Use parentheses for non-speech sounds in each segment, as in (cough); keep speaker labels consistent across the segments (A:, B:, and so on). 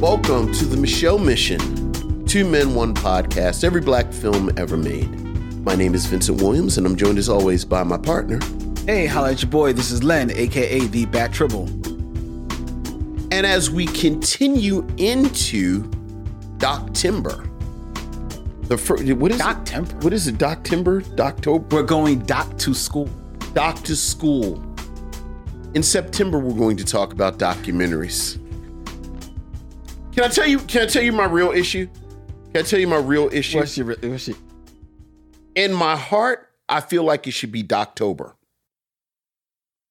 A: Welcome to the Michelle Mission, Two Men, One Podcast, every black film ever made. My name is Vincent Williams, and I'm joined as always by my partner.
B: Hey, holla at your boy. This is Len, aka the Bat Tribble.
A: And as we continue into Doc Timber, the fir- what is
B: Doc
A: it?
B: Temper.
A: What is it? Doc Timber? Doctober?
B: We're going doc to school.
A: Doc to school. In September, we're going to talk about documentaries. Can I tell you? Can I tell you my real issue? Can I tell you my real issue?
B: your what's your
A: in my heart, I feel like it should be Doctober.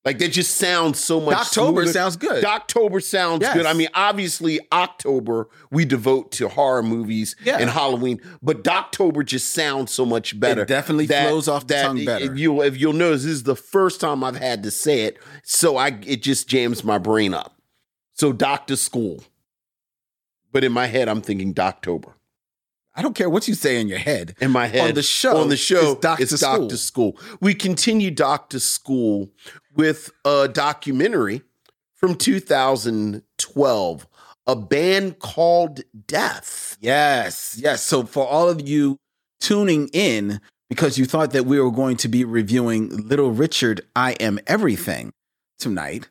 A: Like that just sounds so much.
B: Doctober
A: smoother.
B: sounds good.
A: Doctober sounds
B: Yes.
A: good. I mean, obviously October we devote to horror movies
B: Yeah.
A: and Halloween, but Doctober just sounds so much better.
B: It definitely flows off the tongue better.
A: If you'll if you'll notice, this is the first time I've had to say it, so I it just jams my brain up. So Doctor School, but in my head I'm thinking Doctober
B: I don't care what you say in your head.
A: in my head
B: On the show,
A: on the show
B: it's Doc
A: it's
B: to
A: Doctor School. We continue Doctor School with a documentary from 2012, a band called Death.
B: Yes, yes. So for all of you tuning in because you thought that we were going to be reviewing Little Richard I Am Everything tonight,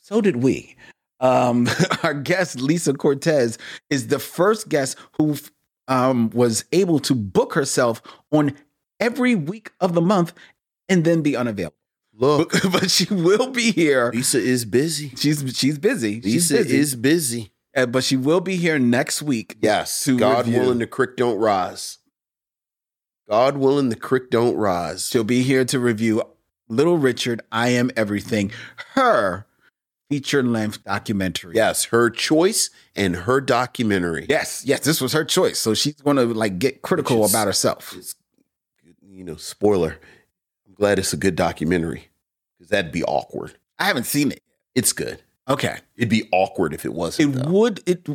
B: so did we. Um (laughs) our guest Lisa Cortez is the first guest who um was able to book herself on every week of the month and then be unavailable. (laughs)
A: Look,
B: but she will be here.
A: Lisa is busy.
B: She's she's busy. She's
A: Lisa
B: busy.
A: is busy.
B: Uh, but she will be here next week.
A: Yes,
B: To
A: God
B: review.
A: willing, the creek don't rise. God willing, the creek don't rise.
B: She'll be here to review Little Richard, I Am Everything, her feature length documentary.
A: Yes, her choice and her documentary.
B: Yes, yes, this was her choice. So she's gonna like get critical
A: Which is-
B: about herself.
A: It's, you know, spoiler. I'm glad it's a good documentary because that'd be awkward.
B: I haven't seen it.
A: It's good.
B: Okay.
A: It'd be awkward if it
B: It
A: wasn't. It
B: would it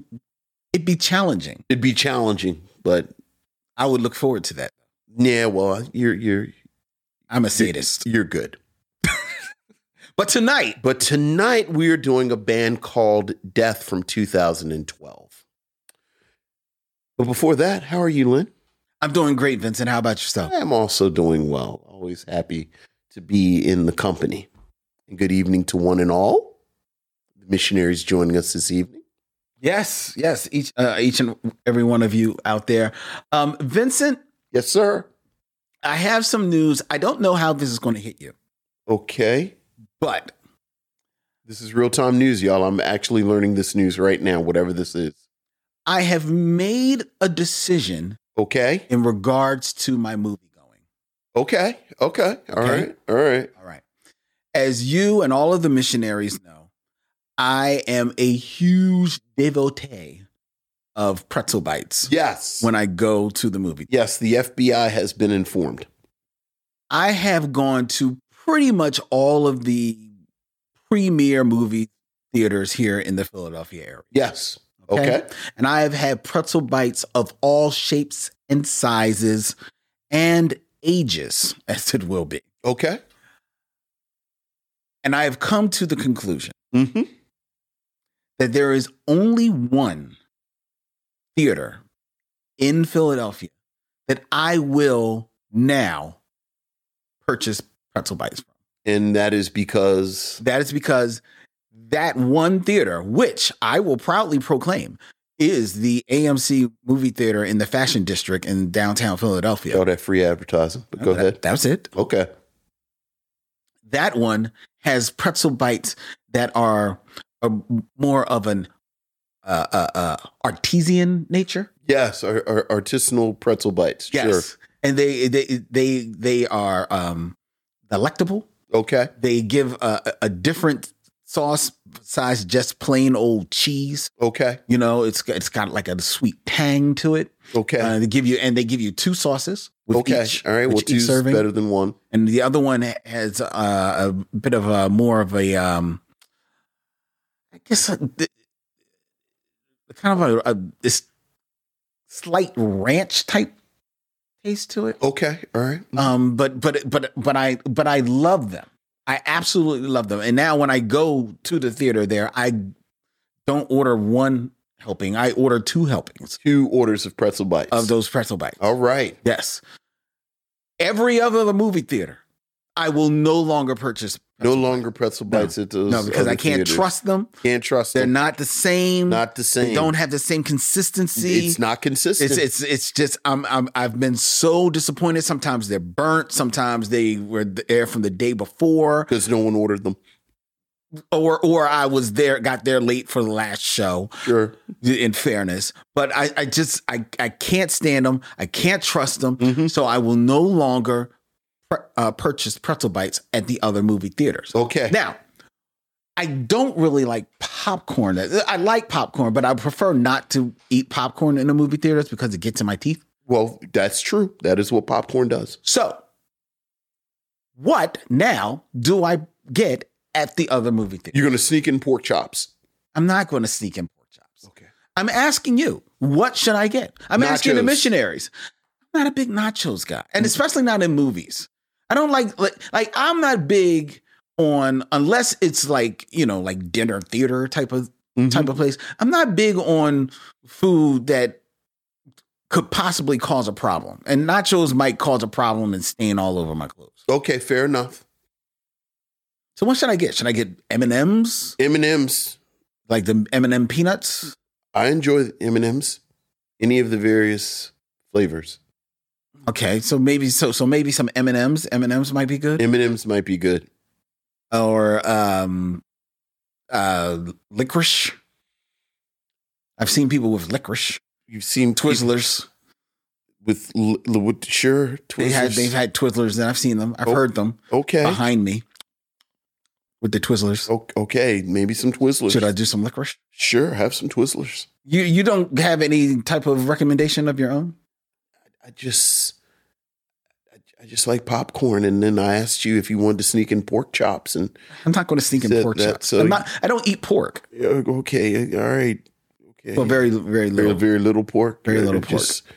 B: it'd be challenging.
A: would be challenging, but
B: I would look forward to that.
A: yeah, well, you're you're
B: I'm a sadist.
A: you're good.
B: But tonight,
A: But tonight we are doing a band called Death from 2012. But before that, how are you, Lynn?
B: I'm doing great, Vincent. How about yourself?
A: I'm also doing well. Always happy to be in the company. And good evening to one and all. The missionaries joining us this evening.
B: Yes, yes, each uh, each and every one of you out there. Um, Vincent,
A: Yes, sir.
B: I have some news. I don't know how this is going to hit you,
A: Okay.
B: but
A: This is real time news, y'all. I'm actually learning this news right now, whatever this is.
B: I have made a decision
A: Okay.
B: in regards to my movie going.
A: Okay. Okay. All
B: Okay.
A: right. All right.
B: All right. As you and all of the missionaries know, I am a huge devotee of pretzel bites
A: Yes.
B: when I go to the movie.
A: yes, the FBI has been informed.
B: I have gone to pretty much all of the premier movie theaters here in the Philadelphia area.
A: Yes. Okay.
B: And I have had pretzel bites of all shapes and sizes and ages, (laughs) as it will be.
A: Okay.
B: And I have come to the conclusion
A: Mm-hmm.
B: that there is only one theater in Philadelphia that I will now purchase pretzel bites from.
A: And that is because
B: That is because that one theater, which I will proudly proclaim, is the AMC movie theater in the fashion district in downtown Philadelphia.
A: all that free advertising. But go
B: That-
A: ahead.
B: That's it.
A: Okay.
B: That one has pretzel bites that are, are more of an uh, uh, uh, artesian nature.
A: Yes, our, our artisanal pretzel bites. Sure.
B: and they they they they are um, delectable.
A: Okay.
B: They give a, a- a different sauce besides just plain old cheese.
A: Okay.
B: You know, it's it's got like a sweet tang to it.
A: Okay.
B: Uh, they give you and they give you two sauces with
A: okay.
B: each.
A: all right.
B: with
A: Well,
B: each
A: two's
B: serving.
A: better than one.
B: and the other one has uh, a bit of a more of a um i guess a, th- kind of a, a this slight ranch type taste to it
A: Okay. All right.
B: um but but but but i but i love them i absolutely love them and now when i go to the theater there i don't order one helping. I ordered two helpings
A: Two orders of pretzel bites.
B: of those pretzel bites.
A: All right.
B: Yes. Every other movie theater, I will no longer purchase.
A: No
B: pretzel
A: longer pretzel
B: No.
A: bites at those.
B: bites. no, because
A: other
B: I can't
A: theaters.
B: trust them.
A: Can't trust
B: They're
A: them.
B: not the same.
A: Not the same.
B: They don't have the same consistency.
A: It's not consistent.
B: It's it's it's just I'm, I'm I've been so disappointed. Sometimes they're burnt. Sometimes they were there from the day before,
A: because no one ordered them.
B: or or I was there, got there late for the last show.
A: Sure.
B: In fairness, but I I just I I can't stand them. I can't trust them.
A: Mhm.
B: So I will no longer pr- uh, purchase pretzel bites at the other movie theaters.
A: Okay.
B: Now, I don't really like popcorn. I like popcorn, but I prefer not to eat popcorn in the movie theaters because it gets in my teeth.
A: well, that's true. That is what popcorn does.
B: So, what now do I get at the other movie theater?
A: You're gonna sneak in pork chops.
B: I'm not going to sneak in pork chops.
A: Okay.
B: I'm asking you, what should I get? I'm asking the
A: Nachos.
B: missionaries. I'm not a big nachos guy, and especially not in movies. I don't like like, like I'm not big on unless it's like you know like dinner theater type of type of place. I'm not big on food that could possibly cause a problem, and nachos might cause a problem and stain all over my clothes.
A: Okay, fair enough.
B: So what should I get? Should I get M and M's
A: M and M's.
B: like the M and m peanuts?
A: I enjoy M and M's. Any of the various flavors.
B: Okay, so maybe so so maybe some M and M's. M and M's might be good,
A: M and M's might be good.
B: or um, uh, licorice. I've seen people with licorice
A: You've seen people
B: Twizzlers.
A: with, l- l- with sure Twizzlers.
B: They had they've had Twizzlers, and I've seen them. I've
A: Oh,
B: heard them
A: okay.
B: behind me with the Twizzlers.
A: O- Okay, maybe some Twizzlers.
B: Should I do some licorice?
A: Sure, have some Twizzlers.
B: You you don't have any type of recommendation of your own?
A: I just, I, I just like popcorn, and then I asked you if you wanted to sneak in pork chops, and
B: I'm not going to sneak in
A: Said
B: pork
A: that,
B: chops.
A: so
B: I'm
A: you-
B: not. I don't eat pork.
A: Yeah, uh, okay, all right, okay.
B: Well, very very
A: very,
B: little.
A: very little pork.
B: Very
A: Uh,
B: little pork. Hmm.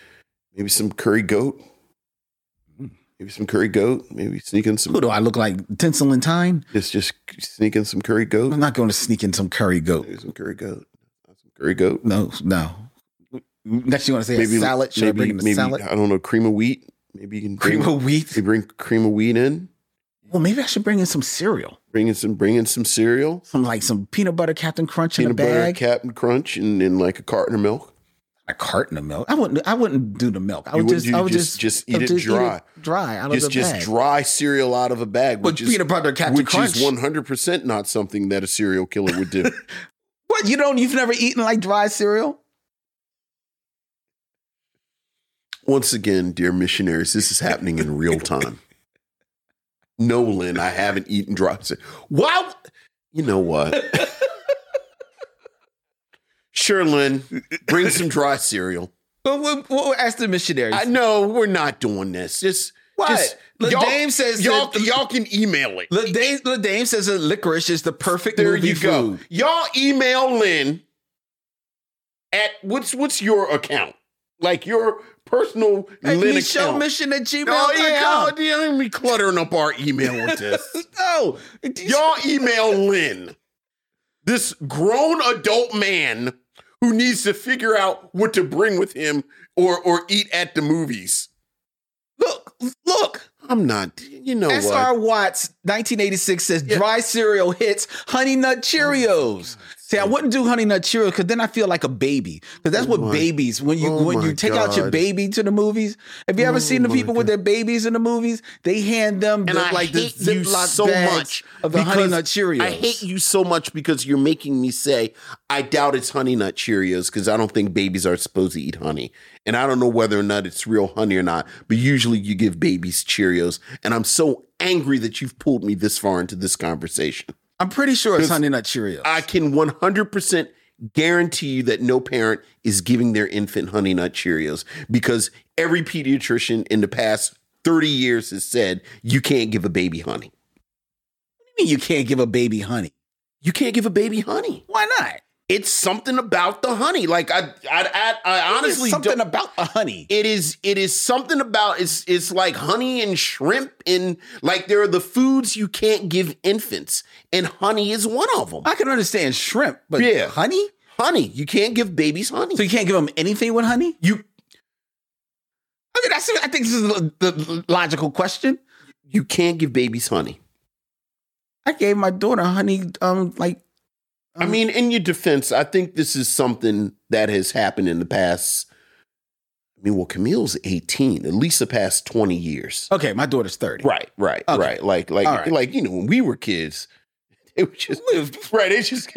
A: maybe some curry goat. Maybe some curry goat. Maybe sneak in some.
B: Who do I look like? Tinsel and Tine?
A: Just, just sneak in some curry
B: I'm
A: goat.
B: not going to sneak in some curry goat.
A: Maybe some curry goat. Some curry goat.
B: No, no. Next, you want to say a salad? Should I bring in a
A: maybe
B: salad?
A: I don't know cream of wheat. Maybe you can bring,
B: Cream
A: cream of-
B: of wheat.
A: you bring cream of wheat in.
B: Well, maybe I should bring in some cereal,
A: Bring in some bring in some cereal,
B: some like some peanut butter Captain Crunch
A: peanut
B: in a
A: butter,
B: bag,
A: Captain Crunch, and, and like a carton of milk.
B: a carton of milk. I wouldn't. I wouldn't do the milk. I
A: You
B: would
A: wouldn't
B: just.
A: do-
B: I would
A: just-
B: just,
A: just
B: I would
A: eat it dry.
B: dry out
A: Just
B: of the
A: just
B: bag.
A: dry cereal out of a bag,
B: But
A: which is
B: peanut butter Captain
A: which
B: Crunch.
A: is one hundred percent not something that a serial killer would
B: (laughs)
A: do.
B: What you don't? You've never eaten like dry cereal?
A: Once again, dear missionaries, this is happening in real time. No, Lynn, I haven't eaten dry cereal. Wow. You know
B: (laughs)
A: what? Sure, Lynn, bring some dry cereal.
B: (laughs) But we'll, we'll ask the missionaries.
A: I know we're not doing this. Just
B: what?
A: just-
B: La
A: y'all-
B: Dame says.
A: y'all,
B: that,
A: y'all can email it.
B: La Dame, La Dame says that licorice is the perfect
A: There
B: movie
A: you go.
B: food.
A: Y'all email Lynn at what's what's your account? Like your personal
B: At
A: Lynn
B: Michelle uh,
A: account.
B: Mission at gmail.com.
A: oh yeah, oh, yeah, don't be cluttering up our email with
B: (laughs)
A: this.
B: no.
A: Y'all email Lynn, this grown adult man who needs to figure out what to bring with him or or eat at the movies.
B: Look, look.
A: I'm not, you know what?
B: S.R. Watts, 1986 says
A: Yeah. Oh,
B: dry cereal hits Honey Nut Cheerios. See, I wouldn't do Honey Nut Cheerios because then I feel like a baby. Because that's
A: Oh
B: what
A: my-
B: babies when you
A: oh
B: when
A: my
B: you take out your
A: God.
B: baby to the movies. Have you ever
A: Oh
B: seen the
A: my
B: people with
A: God.
B: their babies in the movies? They hand them the,
A: And I
B: like the
A: hate you
B: Ziploc
A: so
B: bags
A: much
B: of the Honey
A: because
B: Nut Cheerios.
A: I hate you so much because you're making me say I doubt it's honey nut Cheerios because I don't think babies are supposed to eat honey, and I don't know whether or not it's real honey or not. But usually you give babies Cheerios, and I'm so angry that you've pulled me this far into this conversation.
B: I'm pretty sure it's Honey Nut Cheerios.
A: I can 100% guarantee you that no parent is giving their infant honey nut Cheerios because every pediatrician in the past 30 years has said you can't give a baby honey.
B: you mean you can't give a baby honey?
A: you can't give a baby honey.
B: Why not?
A: It's something about the honey. Like I, I, I, I honestly
B: There's something
A: don't.
B: about the honey.
A: It is, it is something about it's, it's like honey and shrimp and like there are the foods you can't give infants, and honey is one of them.
B: I can understand shrimp, but
A: Yeah.
B: honey?
A: honey. You can't give babies honey.
B: So you can't give them anything with honey?
A: you
B: I mean, that's, I think this is the- the logical question.
A: you can't give babies honey.
B: I gave my daughter honey, um, like
A: I mean, in your defense, I think this is something that has happened in the past. I mean, well, Camille's 18, at least the past 20 years.
B: okay, my daughter's thirty.
A: Right, right,
B: Okay.
A: right. Like, like,
B: All right.
A: like, you know, when we were kids, (laughs) it was just (laughs) right. It just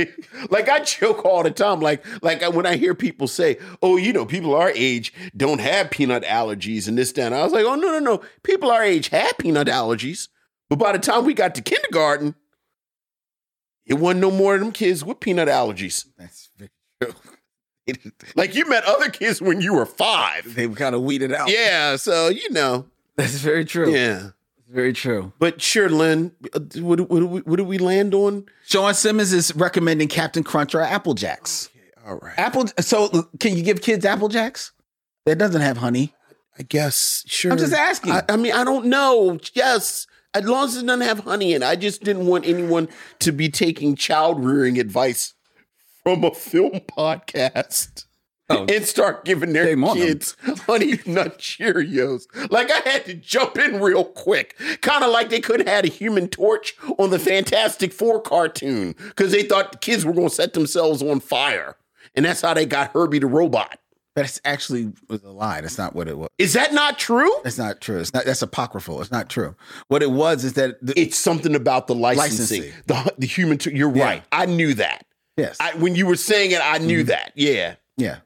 A: like I joke all the time. Like, like when I hear people say, "Oh, you know, people our age don't have peanut allergies and this that," and I was like, "Oh, no, no, no. People our age had peanut allergies, but by the time we got to kindergarten, it wasn't no more of them kids with peanut allergies.
B: That's very true. (laughs)
A: Like you met other kids when you were five.
B: They kind of weeded out.
A: Yeah, so you know,
B: that's very true.
A: yeah."
B: It's very true.
A: But sure, Lynn, uh, what, do- what, do we- what did we land on?
B: Sean Simmons is recommending Captain Crunch or Apple Jacks.
A: All right.
B: Apple. So can you give kids Apple Jacks? That doesn't have honey.
A: I guess, sure.
B: I'm just asking.
A: I, I mean, I don't know. Yes. As long as it doesn't have honey in it, I just didn't want anyone to be taking child rearing advice from a film podcast
B: Oh.
A: and start giving their
B: Shame on them.
A: kids honey nut Cheerios. Like, I had to jump in real quick, kind of like they could have had a human torch on the Fantastic Four cartoon because they thought the kids were going to set themselves on fire. And that's how they got Herbie the robot.
B: That's actually was a lie. That's not what it was.
A: Is that not true?
B: That's not true. It's not. That's apocryphal. It's not true. What it was is that. The,
A: it's something about the licensing,
B: Licensing.
A: the the human. T- you're
B: Yeah.
A: right. I knew that.
B: yes.
A: I, when you were saying it, I
B: Mm-hmm.
A: knew that. Yeah,
B: yeah.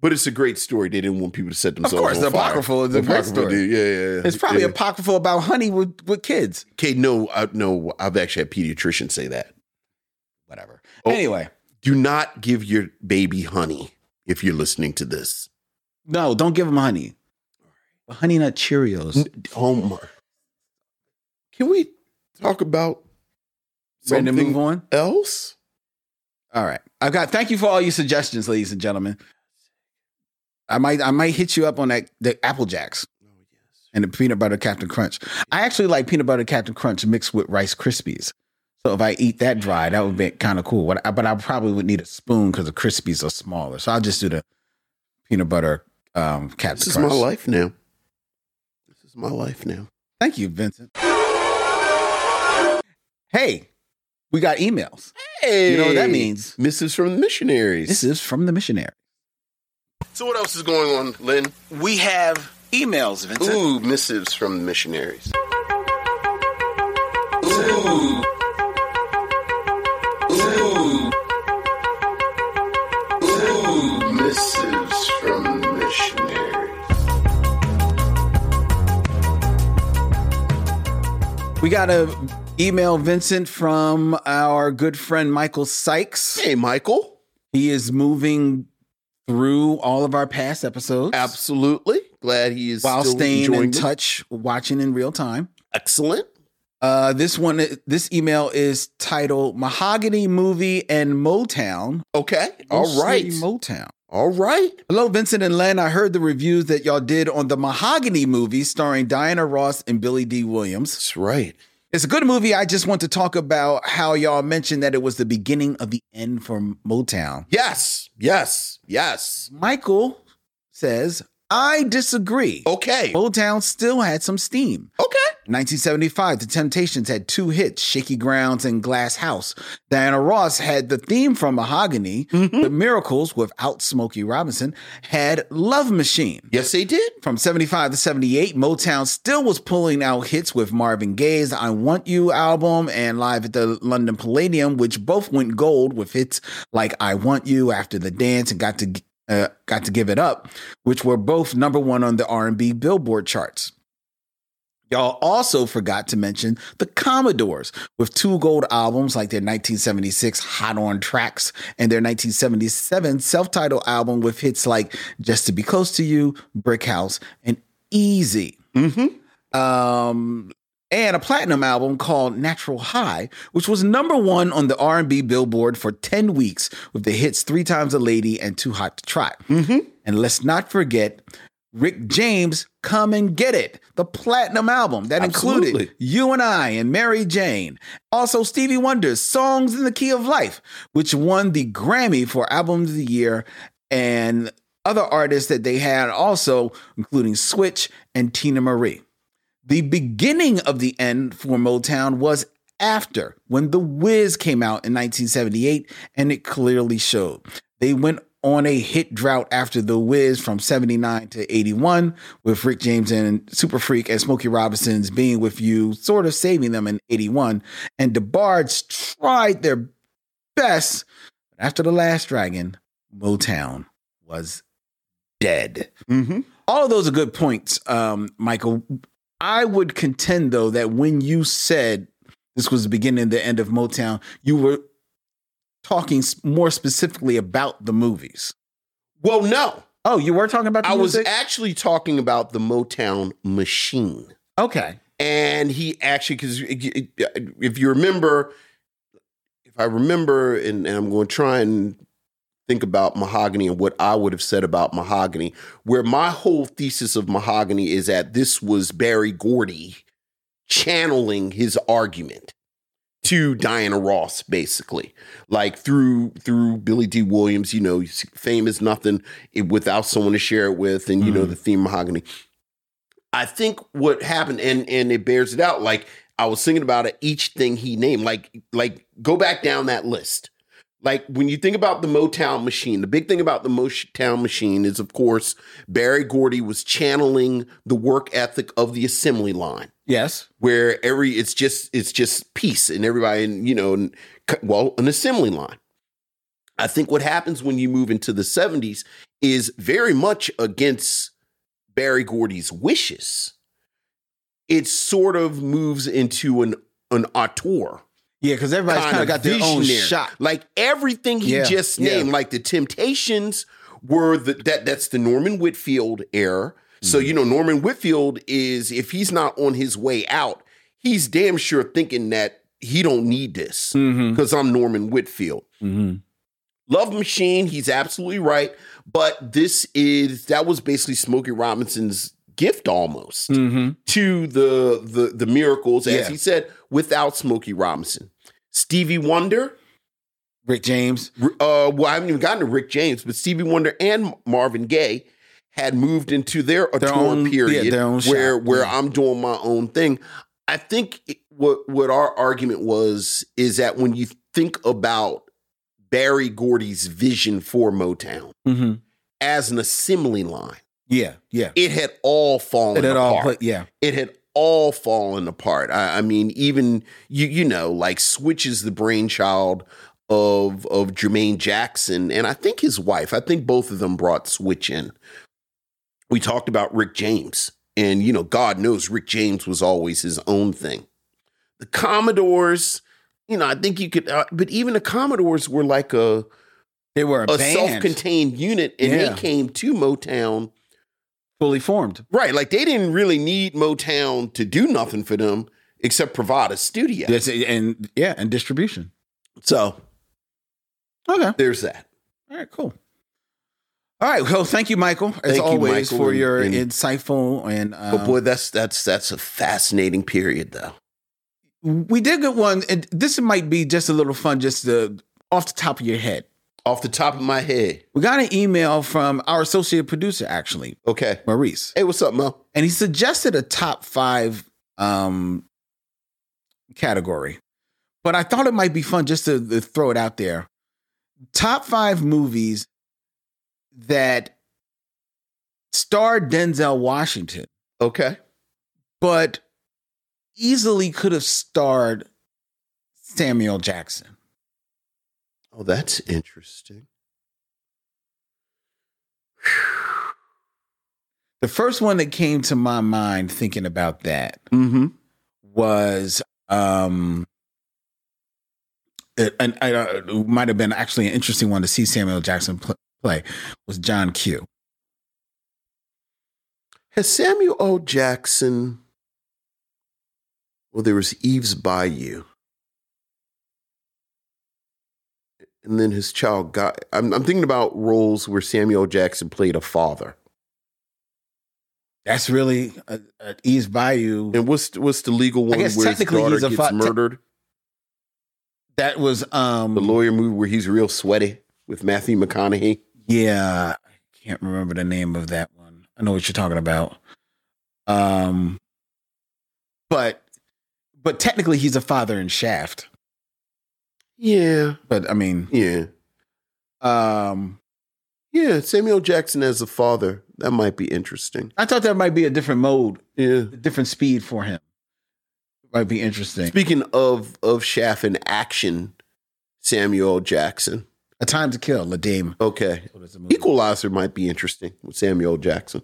A: but it's a great story. They didn't want people to set themselves.
B: course,
A: on
B: the
A: fire.
B: apocryphal is a great
A: Apocryphal,
B: story.
A: dude. Yeah, yeah.
B: It's probably
A: yeah.
B: apocryphal about honey with, with kids.
A: okay. No, I, no. I've actually had pediatricians say that.
B: Whatever.
A: Oh.
B: Anyway,
A: Do not give your baby honey if you're listening to this.
B: no, don't give them honey. Honey Nut Cheerios.
A: Oh my! Can we talk about
B: Ready to
A: something
B: move on?
A: else?
B: All right. I've got thank you for all your suggestions, ladies and gentlemen. I might I might hit you up on that the Apple Jacks and the peanut butter Captain Crunch. I actually like peanut butter Captain Crunch mixed with Rice Krispies. So if I eat that dry, that would be kind of cool. But I, but I probably would need a spoon because the Krispies are smaller. So I'll just do the peanut butter um, Captain
A: This is
B: Crunch.
A: my life now. This is my life now.
B: Thank you, Vincent. Hey, we got emails. You know what that
A: Hey!
B: means?
A: Mrs. from the Missionaries.
B: This is from the missionary.
A: So what else is going on, Lynn?
B: We have emails, Vincent.
A: Ooh, missives from the missionaries. Ooh. Ooh. Ooh. Missives from the missionaries.
B: We got a email, Vincent, from our good friend Michael Sykes.
A: Hey, Michael.
B: He is moving through all of our past episodes
A: Absolutely. Glad he is
B: while
A: still
B: staying
A: enjoying
B: in
A: it.
B: touch, watching in real time.
A: Excellent.
B: Uh, this one, this email is titled "Mahogany Movie and Motown."
A: Okay. All right.
B: Mostly Motown.
A: All right.
B: Hello, Vincent and Len. I heard the reviews that y'all did on the Mahogany movie starring Diana Ross and Billy D. Williams.
A: That's right.
B: It's a good movie. I just want to talk about how y'all mentioned that it was the beginning of the end for Motown.
A: Yes. Yes. Yes.
B: Michael says, I disagree.
A: Okay.
B: Motown still had some steam.
A: Okay.
B: 1975, The Temptations had two hits, Shaky Grounds and Glass House. Diana Ross had the theme from Mahogany. The Miracles, without Smokey Robinson, had Love Machine.
A: Yes, they did.
B: From 75 to 78, Motown still was pulling out hits with Marvin Gaye's I Want You album and Live at the London Palladium, which both went gold with hits like I Want You, After the Dance, and Got to uh, Got to Give It Up, which were both number 1 on the R&B Billboard charts. Y'all also forgot to mention the Commodores with two gold albums like their 1976 Hot on Tracks and their 1977 self titled album with hits like Just to Be Close to You, Brick House, and Easy.
A: Mm-hmm.
B: Um, and a platinum album called Natural High, which was number one on the R&B Billboard for 10 weeks with the hits Three Times a Lady and Too Hot to Trot.
A: Mm-hmm.
B: And let's not forget Rick James, Come and Get It, the platinum album that
A: Absolutely.
B: included You and I and Mary Jane. Also, Stevie Wonder's Songs in the Key of Life, which won the Grammy for Album of the Year, and other artists that they had also, including Switch and Tina Marie. The beginning of the end for Motown was after when The Wiz came out in 1978, and it clearly showed. They went on a hit drought after The Wiz from 79 to 81, with Rick James and Super Freak and Smokey Robinson's being with you, sort of saving them in 81. And the Bards tried their best. But after The Last Dragon, Motown was dead.
A: Mm-hmm.
B: All of those are good points, um, Michael. I would contend, though, that when you said this was the beginning and the end of Motown, you were talking s- more specifically about the movies.
A: Well, no,
B: Oh, you were talking about the
A: I was
B: music?
A: actually talking about the Motown machine.
B: okay.
A: and he actually because if you remember if i remember and, and i'm going to try and think about mahogany and what i would have said about mahogany where my whole thesis of mahogany is that this was barry gordy channeling his argument to Diana Ross, basically, like through through Billy D. Williams, you know, fame is nothing without someone to share it with, and you know
B: Mhm.
A: the theme mahogany. I think what happened, and and it bears it out. Like I was thinking about it, each thing he named, like like go back down that list. Like when you think about the Motown machine, the big thing about the Motown machine is, of course, Barry Gordy was channeling the work ethic of the assembly line
B: Yes.
A: where every it's just it's just peace and everybody and you know and, c- well an assembly line i think what happens when you move into the 70s is very much against barry gordy's wishes it sort of moves into an an auteur
B: Yeah, because everybody's kind of got their own
A: visionary.
B: shot.
A: Like everything he
B: Yeah,
A: just
B: yeah.
A: named, like the Temptations were the that that's the Norman Whitfield era. So
B: Mm-hmm.
A: you know Norman Whitfield is if he's not on his way out, he's damn sure thinking that he don't need this
B: Mm-hmm.
A: because I'm Norman Whitfield. Love Machine, he's absolutely right, but this is that was basically Smokey Robinson's gift almost
B: Mm-hmm.
A: to the the the miracles as
B: Yeah.
A: he said without Smokey Robinson. Stevie Wonder,
B: Rick James.
A: R- uh, well, I haven't even gotten to Rick James, but Stevie Wonder and Marvin Gaye had moved into their, uh,
B: Their
A: tour
B: own-
A: period
B: yeah, their own
A: where
B: shop,
A: where
B: yeah.
A: I'm doing my own thing. I think it- what what our argument was is that when you think about Barry Gordy's vision for Motown
B: Mm-hmm.
A: as an assembly line,
B: Yeah, yeah.
A: it had all fallen
B: It had
A: apart
B: all put, yeah.
A: it had all fallen apart. I, I mean, even you you know, like Switch is the brainchild of of Jermaine Jackson and I think his wife. I think both of them brought Switch in. We talked about Rick James, and you know, God knows Rick James was always his own thing. The Commodores, you know, I think you could, uh, but even the Commodores were like a
B: They were a,
A: a
B: band
A: self contained unit, and
B: Yeah.
A: they came to Motown
B: fully formed.
A: Right. Like they didn't really need Motown to do nothing for them except provide a studio.
B: Yes, and yeah, and distribution.
A: So
B: Okay.
A: there's that.
B: All right, cool. All right, well, thank you, Michael,
A: Thank
B: as
A: you,
B: always,
A: Michael,
B: for
A: and-
B: your
A: and-
B: insightful and. Uh,
A: but boy, that's that's that's a fascinating period though.
B: we did get one, and this might be just a little fun, just to, off the top of your head.
A: Off the top of my head.
B: We got an email from our associate producer, actually,
A: Okay.
B: Maurice,
A: Hey, what's up, Mo?
B: and he suggested a top five um, category, but I thought it might be fun just to, to throw it out there. Top five movies that starred Denzel Washington.
A: Okay.
B: but easily could have starred Samuel Jackson.
A: Oh, that's interesting.
B: The first one that came to my mind thinking about that
A: Mm-hmm.
B: was um it- and I, uh, it might have been actually an interesting one to see Samuel Jackson pl- play was John Q.
A: Has Samuel O. Jackson Well, there was Eve's Bayou. And then his child got I'm I'm thinking about roles where Samuel Jackson played a father.
B: That's really uh, uh, East Bayou.
A: And what's what's the legal one
B: guess
A: where his
B: technically
A: daughter
B: he's a
A: gets
B: fi- te-
A: murdered?
B: That was um
A: the lawyer movie where he's real sweaty with Matthew McConaughey.
B: yeah, I can't remember the name of that one. I know what you're talking about. Um but but technically he's a father in Shaft.
A: Yeah,
B: But I mean,
A: yeah,
B: um
A: yeah. Samuel Jackson as a father that might be interesting.
B: I thought that might be a different mode,
A: Yeah.
B: a different speed for him. Might be interesting.
A: Speaking of of Shaft in action, Samuel Jackson.
B: a Time to Kill, La Dame.
A: Okay, Equalizer might be interesting with Samuel Jackson.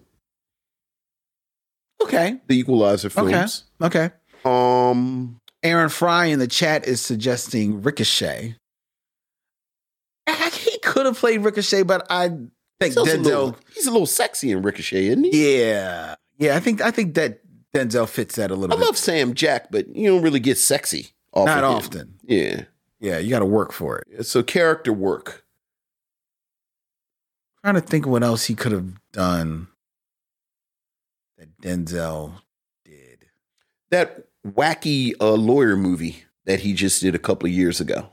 B: Okay.
A: The Equalizer
B: Okay.
A: films.
B: Okay.
A: Um,
B: Aaron Fry in the chat is suggesting Ricochet. He could have played Ricochet, but I think
A: he's also a
B: Denzel.
A: little, he's a little sexy in Ricochet, isn't he?
B: Yeah, yeah. I think I think that Denzel fits that a little
A: I
B: bit.
A: love Sam Jack, but you don't really get sexy. Off
B: Not
A: of him.
B: often.
A: Yeah.
B: Yeah, you got to work for it.
A: So character work.
B: trying to think what else he could have done that Denzel did.
A: That wacky uh, lawyer movie that he just did a couple of years ago.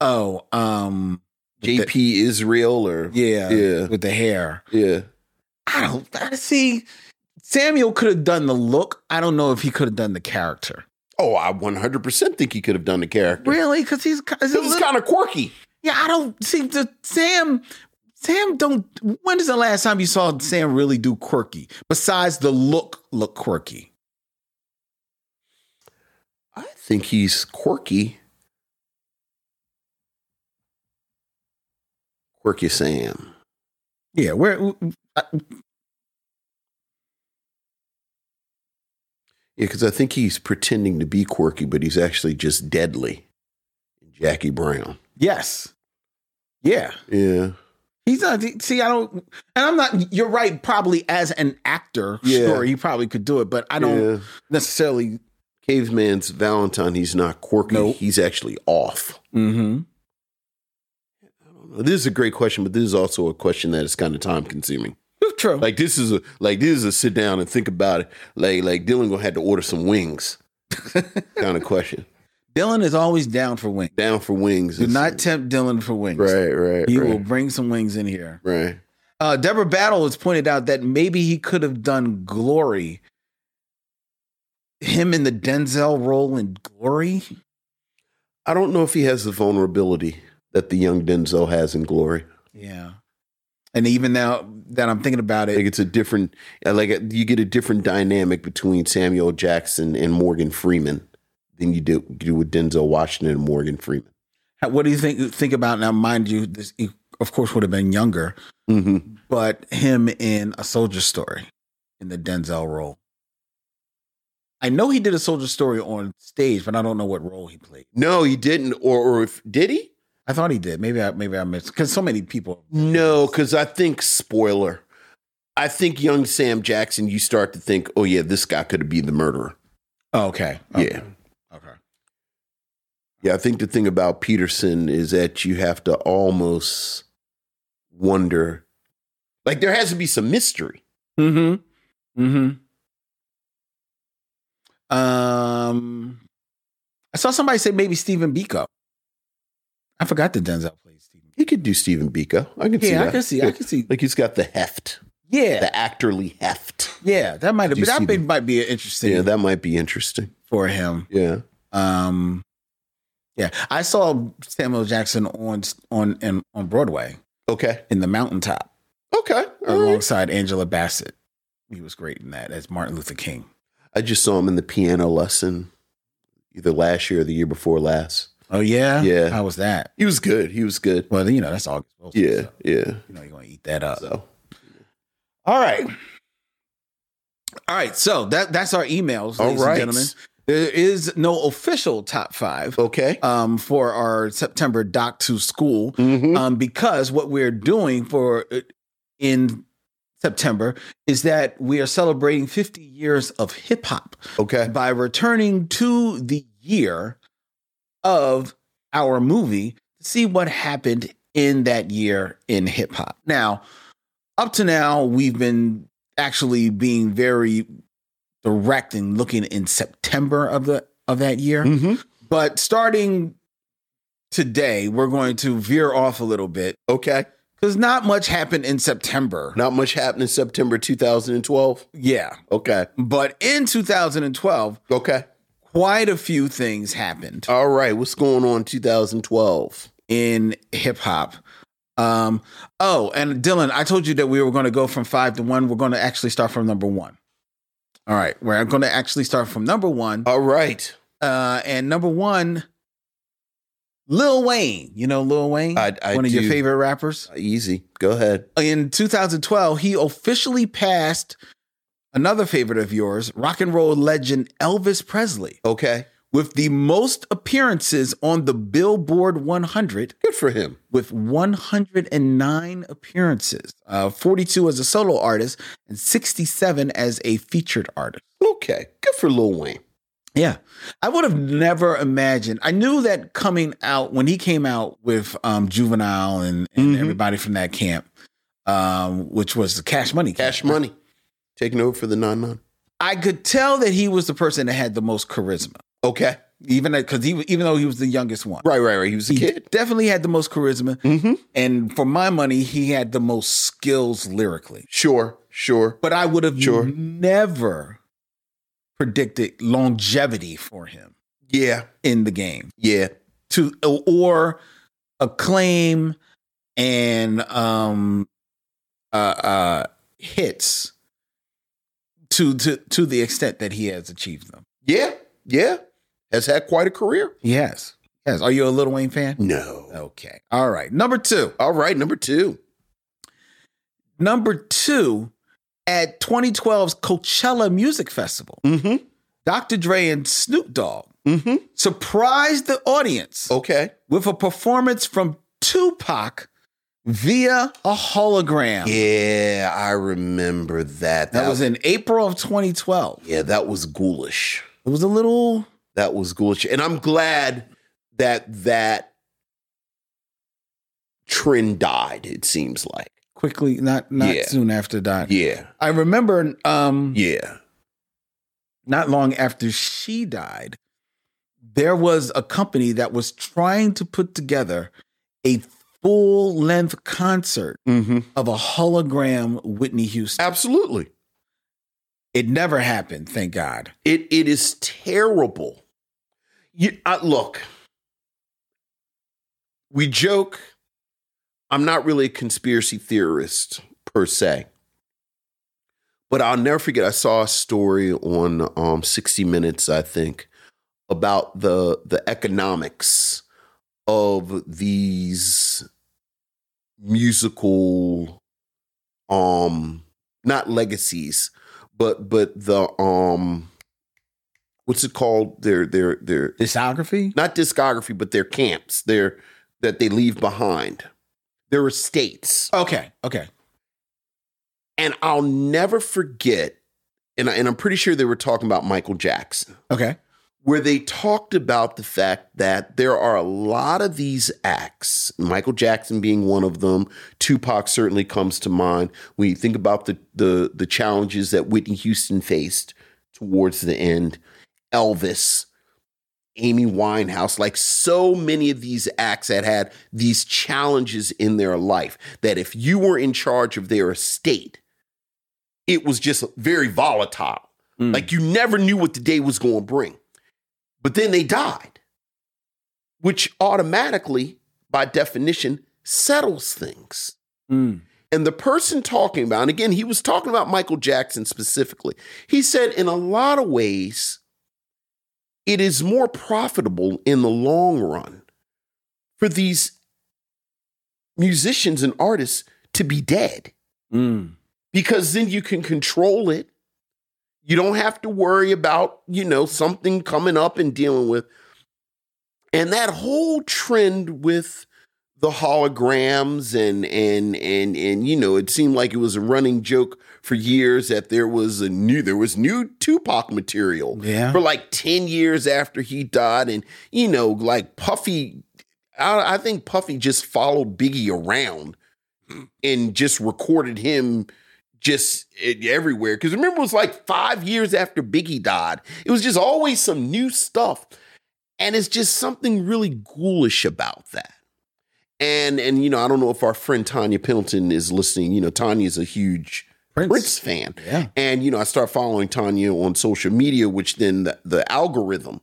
B: Oh, um,
A: JP Israel or
B: yeah,
A: Yeah.
B: with the hair.
A: yeah.
B: I don't I see. Samuel could have done the look. I don't know if he could have done the character.
A: Oh, I 100% think he could have done the character.
B: Really? Because he's, ki- is
A: Because
B: it
A: it's
B: little-
A: kind of quirky.
B: yeah. I don't see the Sam. Sam don't. When is the last time you saw Sam really do quirky? Besides the look, look quirky.
A: I think he's quirky. Quirky Sam.
B: Yeah. Where? I,
A: Yeah, because I think he's pretending to be quirky, but he's actually just deadly. Jackie Brown.
B: yes. Yeah.
A: Yeah.
B: He's not. See, I don't. And I'm not. You're right. Probably as an actor,
A: Yeah.
B: sure, he probably could do it, but I don't
A: Yeah.
B: necessarily.
A: Caveman's Valentine, he's not quirky.
B: Nope.
A: He's actually off.
B: Mm-hmm.
A: I don't know. This is a great question, but this is also a question that is kind of time consuming.
B: True.
A: Like this is a like this is a sit down and think about it. Like like Dylan gonna have to order some
B: (laughs)
A: wings kind of question.
B: Dylan is always down for wings.
A: Down for wings.
B: Do
A: is-
B: not tempt Dylan for
A: (laughs)
B: wings.
A: right, right,
B: He will
A: right,
B: bring some wings in here.
A: right.
B: Uh, Deborah Battle has pointed out that maybe he could have done Glory. Him in the Denzel role in Glory.
A: I don't know if he has the vulnerability that the young Denzel has in Glory.
B: Yeah. And even now that I'm thinking about
A: Like
B: it,
A: it's a different, uh, like you get a different dynamic between Samuel Jackson and Morgan Freeman than you do, do with Denzel Washington and Morgan Freeman.
B: how- what do you think? Think about now, mind you, this he, of course would have been younger,
A: Mm-hmm.
B: but him in A Soldier Story, in the Denzel role. I know he did A Soldier Story on stage, but I don't know what role he played.
A: No, he didn't. Or, or if did he?
B: I thought he did. Maybe I maybe I missed because so many people.
A: No, because I think spoiler. I think young Sam Jackson. You start to think, oh yeah, this guy could be the murderer.
B: Oh, okay. okay.
A: Yeah.
B: Okay.
A: Yeah, I think the thing about Peterson is that you have to almost wonder, like there has to be some mystery.
B: Mm-hmm. Mm-hmm. Um, I saw somebody say maybe Stephen Biko. I forgot that Denzel played Stephen.
A: He could do Stephen Biko. I can see
B: Yeah,
A: that.
B: I can see. I can see.
A: Like he's got the heft,
B: Yeah,
A: the actorly heft.
B: yeah. That might have
A: Do you
B: been. That
A: see
B: bit
A: them?
B: might be interesting
A: Yeah, that might be interesting.
B: for him.
A: Yeah.
B: Um, yeah. I saw Samuel Jackson on on in, on Broadway
A: Okay.
B: in The Mountaintop.
A: Okay. All right.
B: alongside Angela Bassett. He was great in that as Martin Luther King.
A: I just saw him in the piano lesson either last year or the year before last.
B: Oh yeah,
A: Yeah.
B: How was that?
A: He was good. He was good.
B: Well, you know that's August Wilson.
A: Yeah,
B: so,
A: yeah.
B: you know you're gonna eat that up.
A: So
B: All right, all right. So that that's our emails,
A: All
B: ladies
A: right.
B: and gentlemen. There is no official top five
A: okay.
B: um, for our September Doc to School
A: Mhm.
B: um, because what we're doing for uh, in September is that we are celebrating 50 years of hip hop.
A: Okay.
B: by returning to the year of our movie to see what happened in that year in hip hop. Now, up to now, we've been actually being very direct and looking in September of the of that year.
A: Mm-hmm.
B: But starting today, we're going to veer off a little bit
A: Okay.
B: because not much happened in September.
A: Not much happened in September 2012.
B: Yeah,
A: Okay.
B: but in 2012,
A: Okay.
B: quite a few things happened
A: All right. What's going on in 2012?
B: in hip hop. Um, oh, and Dylan, I told you that we were going to go from five to one. We're going to actually start from number one. All right, we're going to actually start from number one.
A: All right.
B: Uh, and number one, Lil Wayne. You know Lil Wayne,
A: I- I
B: one of your
A: do.
B: favorite rappers.
A: Easy. Go ahead.
B: In 2012, he officially passed another favorite of yours, rock and roll legend Elvis Presley,
A: Okay.
B: with the most appearances on the Billboard 100,
A: Good for him.
B: with 109 appearances, uh, 42 as a solo artist and 67 as a featured artist.
A: Okay. Good for Lil Wayne.
B: Yeah. I would have never imagined. I knew that coming out when he came out with um Juvenile and, and
A: Mhm.
B: everybody from that camp, um, which was the Cash Money. camp,
A: Cash money. Taking over for the non non.
B: I could tell that he was the person that had the most charisma.
A: Okay.
B: Even because he even though he was the youngest one.
A: Right, right, right. He was a
B: He
A: kid.
B: definitely had the most charisma.
A: Mm-hmm.
B: And for my money, he had the most skills lyrically.
A: Sure, sure.
B: But I would have
A: Sure.
B: never predicted longevity for him
A: Yeah,
B: in the game.
A: yeah.
B: to or acclaim and um uh uh hits to to to the extent that he has achieved them.
A: Yeah, yeah. Has had quite a career.
B: Yes. Yes. Are you a Little Wayne fan?
A: No.
B: Okay. All right. Number 2.
A: All right, number two.
B: Number 2 at 2012's Coachella Music Festival,
A: Mm-hmm.
B: Dr. Dre and Snoop Dogg
A: Mm-hmm.
B: surprised the audience
A: Okay.
B: with a performance from Tupac via a hologram.
A: Yeah, I remember that.
B: That was in April of 2012.
A: Yeah, that was ghoulish.
B: It was a little
A: That was ghoulish. And I'm glad that that trend died, it seems like.
B: quickly, not not
A: Yeah.
B: soon after that.
A: Yeah.
B: I remember um
A: Yeah.
B: not long after she died, there was a company that was trying to put together a full length concert
A: Mm-hmm.
B: of a hologram Whitney Houston.
A: Absolutely.
B: It never happened, thank God.
A: It it is terrible. You, I, look, we joke. I'm not really a conspiracy theorist per se, but I'll never forget. I saw a story on um, 60 Minutes, I think, about the the economics of these musical, um, not legacies, but but the um, what's it called? Their their their
B: Discography?
A: not discography, but their camps, their that they leave behind, their estates.
B: Okay, okay.
A: And I'll never forget, and, I, and I'm pretty sure they were talking about Michael Jackson,
B: Okay.
A: where they talked about the fact that there are a lot of these acts, Michael Jackson being one of them, Tupac certainly comes to mind. When you think about the the the challenges that Whitney Houston faced towards the end, Elvis, Amy Winehouse, like so many of these acts that had these challenges in their life that if you were in charge of their estate, it was just very volatile.
B: Mm.
A: Like you never knew what the day was going to bring. But then they died, which automatically, by definition, settles things.
B: Mm.
A: And the person talking about, and again, he was talking about Michael Jackson specifically. He said, in a lot of ways, it is more profitable in the long run for these musicians and artists to be dead
B: Mm.
A: because then you can control it. You don't have to worry about, you know, something coming up and dealing with. And that whole trend with the holograms and and and and you know, it seemed like it was a running joke for years that there was a new there was new Tupac material
B: Yeah.
A: for like 10 years after he died and you know like puffy i, I think puffy just followed biggie around and just recorded him just it, everywhere. Because remember, it was like five years after Biggie died. It was just always some new stuff, and it's just something really ghoulish about that. And and you know, I don't know if our friend Tanya Pendleton is listening. You know, Tanya's a huge Prince, fan,
B: Yeah.
A: and you know, I start following Tanya on social media, which then the, the algorithm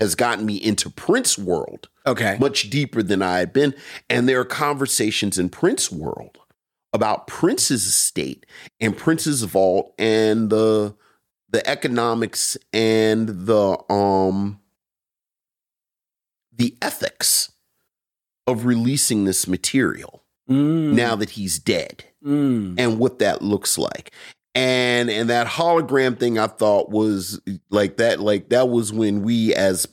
A: has gotten me into Prince world
B: Okay.
A: much deeper than I had been. And there are conversations in Prince world about Prince's estate and Prince's vault and the the economics and the um the ethics of releasing this material
B: Mm,
A: now that he's dead
B: mm.
A: and what that looks like. And and that hologram thing I thought was like that like that was when we as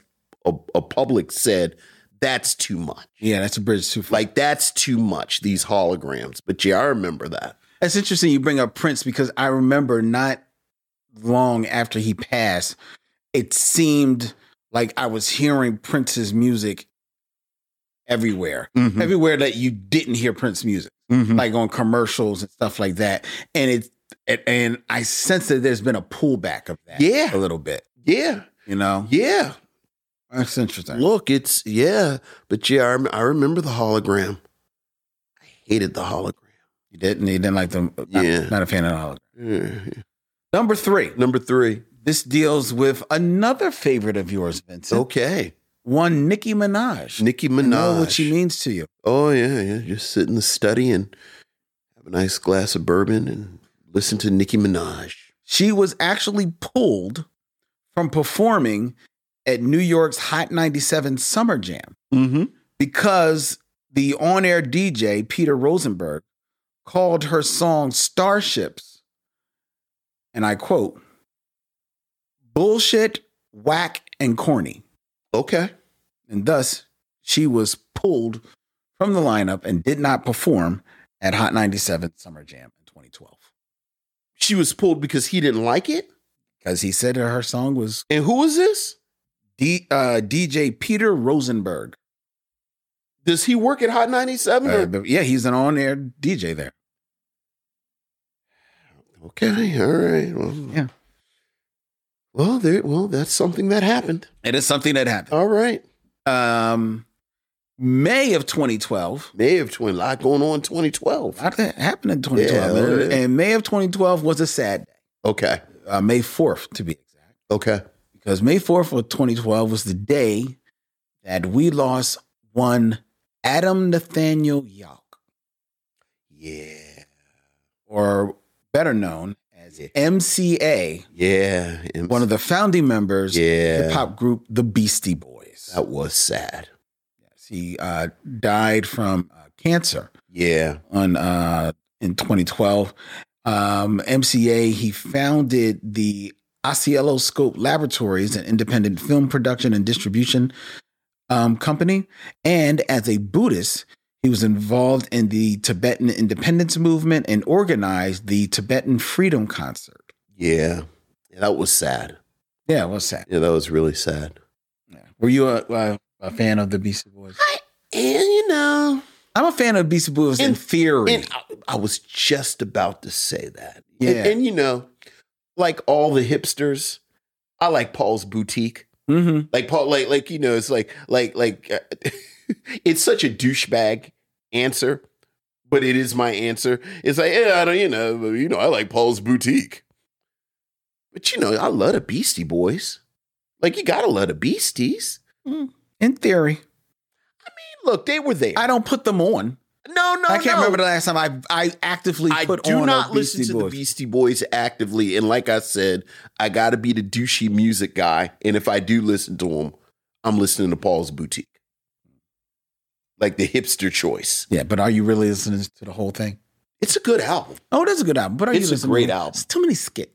A: a, a public said that's too much.
B: Yeah, that's a bridge too far.
A: Like that's too much these holograms. But yeah, I remember that.
B: That's interesting you bring up Prince because I remember not long after he passed, it seemed like I was hearing Prince's music everywhere.
A: Mm-hmm.
B: Everywhere that you didn't hear Prince music, like on commercials and stuff like that. And it and- and I sense that there's been a pullback of that
A: Yeah.
B: a little bit,
A: Yeah.
B: you know?
A: Yeah.
B: That's interesting.
A: Look, it's yeah, but yeah, I, rem- I remember the hologram. I hated the hologram.
B: You didn't you didn't like them not,
A: Yeah.
B: not a fan of the hologram. Mm-hmm.
A: Yeah.
B: Number three.
A: Number 3.
B: This deals with another favorite of yours, Vincent.
A: Okay.
B: One Nicki Minaj.
A: Nicki
B: I
A: Minaj.
B: know what she means to you.
A: Oh yeah, yeah. Just sit in the study and have a nice glass of bourbon and listen to Nicki Minaj.
B: She was actually pulled from performing at New York's Hot 97 Summer Jam
A: Mm-hmm.
B: because the on air DJ, Peter Rosenberg, called her song Starships, and I quote, bullshit, whack, and corny.
A: Okay.
B: And thus, she was pulled from the lineup and did not perform at Hot 97 Summer Jam in 2012
A: She was pulled because he didn't like it.
B: because he said that her song was
A: And who is this?
B: D, uh, DJ Peter Rosenberg.
A: Does he work at Hot 97?
B: Uh,
A: or-
B: but yeah, he's an on air DJ there.
A: okay. All right. Well,
B: Yeah.
A: Well, there. Well, that's something that happened.
B: It is something that happened.
A: All right.
B: Um, May of 2012.
A: May of twin lot going on in 2012.
B: A lot that happened in 2012.
A: Yeah,
B: and,
A: yeah.
B: and May of 2012 was a sad day,
A: Okay.
B: uh, May 4th to be exact.
A: Okay.
B: because May 4th of 2012 was the day that we lost one Adam Nathaniel Yalk,
A: Yeah.
B: or better known as MCA,
A: Yeah.
B: one of the founding members of the
A: yeah.
B: pop group The Beastie Boys.
A: That was sad.
B: He uh, died from uh, cancer
A: Yeah.
B: on uh, in 2012. Um, MCA, he founded the Osceola Scope Laboratories, an independent film production and distribution um, company. And as a Buddhist, he was involved in the Tibetan independence movement and organized the Tibetan Freedom Concert.
A: Yeah. yeah that was sad.
B: Yeah, what's that?
A: Yeah, that was really sad.
B: Yeah. Were you a, a, a fan of the Beastie Boys?
A: And you know,
B: I'm a fan of Beastie Boys in,
A: In-
B: theory.
A: and I, I was just about to say that.
B: Yeah.
A: And, and, you know, like all the hipsters, I like Paul's boutique.
B: hmm
A: Like Paul, like like you know, it's like like like uh, (laughs) it's such a douchebag answer, but it is my answer. It's like yeah, I don't you know you know I like Paul's boutique, but you know I love the Beastie Boys. Like you gotta love the Beasties.
B: In theory.
A: Look, they were there.
B: I don't put them on.
A: no, no,
B: I can't
A: no.
B: remember the last time I I actively
A: I
B: put
A: do
B: on
A: not
B: a
A: listen
B: Beastie
A: to
B: Boys.
A: the Beastie Boys actively, and like I said, I got to be the douchey music guy. And if I do listen to them, I'm listening to Paul's Boutique, like the hipster choice.
B: Yeah, but are you really listening to the whole thing?
A: It's a good album.
B: Oh, that's a good album. But are you
A: It's a
B: listening?
A: great
B: to-
A: album.
B: It's too many skits.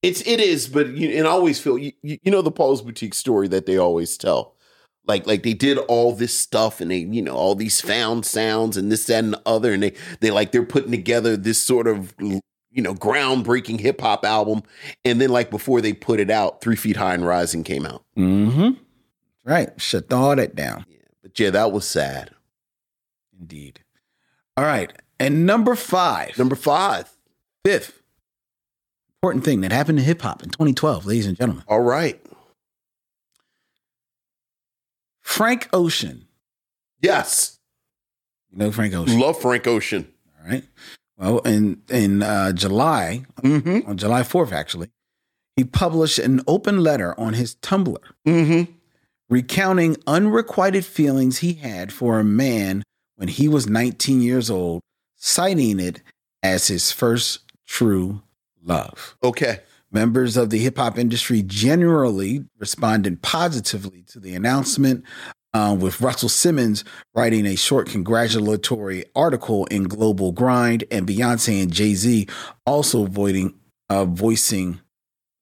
A: It's it is, but you and I always feel you, you you know the Paul's Boutique story that they always tell. Like like they did all this stuff and they you know all these found sounds and this that and the other and they they like they're putting together this sort of you know groundbreaking hip hop album and then like before they put it out, Three Feet High and Rising came out.
B: Mm-hmm. Right. Shut all that down.
A: But yeah, that was sad.
B: Indeed. All right. And number five,
A: Number five,
B: fifth, important thing that happened to hip hop in 2012, ladies and gentlemen.
A: All right.
B: Frank Ocean.
A: Yes.
B: You know Frank Ocean.
A: Love Frank Ocean.
B: All right. Well, in in uh, July,
A: Mm-hmm.
B: on July 4th, actually, he published an open letter on his Tumblr
A: Mm-hmm.
B: recounting unrequited feelings he had for a man when he was 19 years old, citing it as his first true love.
A: Okay.
B: Members of the hip hop industry generally responded positively to the announcement, uh, with Russell Simmons writing a short congratulatory article in Global Grind, and Beyonce and Jay Z also voiding, uh, voicing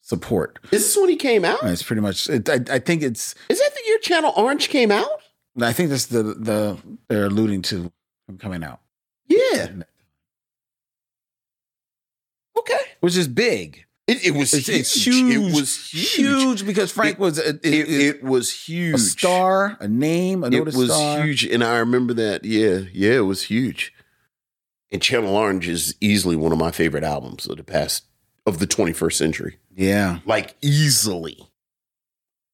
B: support.
A: Is this when he came out?
B: And It's pretty much. It, I, I think it's.
A: Is that the year Channel Orange came out?
B: I think that's the the they're alluding to him coming out,
A: Yeah. Okay.
B: which is big.
A: It, it was
B: It's,
A: huge.
B: it's huge.
A: It was huge.
B: huge because Frank
A: It-
B: was a,
A: It,
B: is-
A: it was huge.
B: a star, a name, a
A: It
B: notice
A: was
B: star.
A: huge, and I remember that. Yeah, yeah, it was huge. And Channel Orange is easily one of my favorite albums of the past of the 21st century.
B: Yeah,
A: Like easily.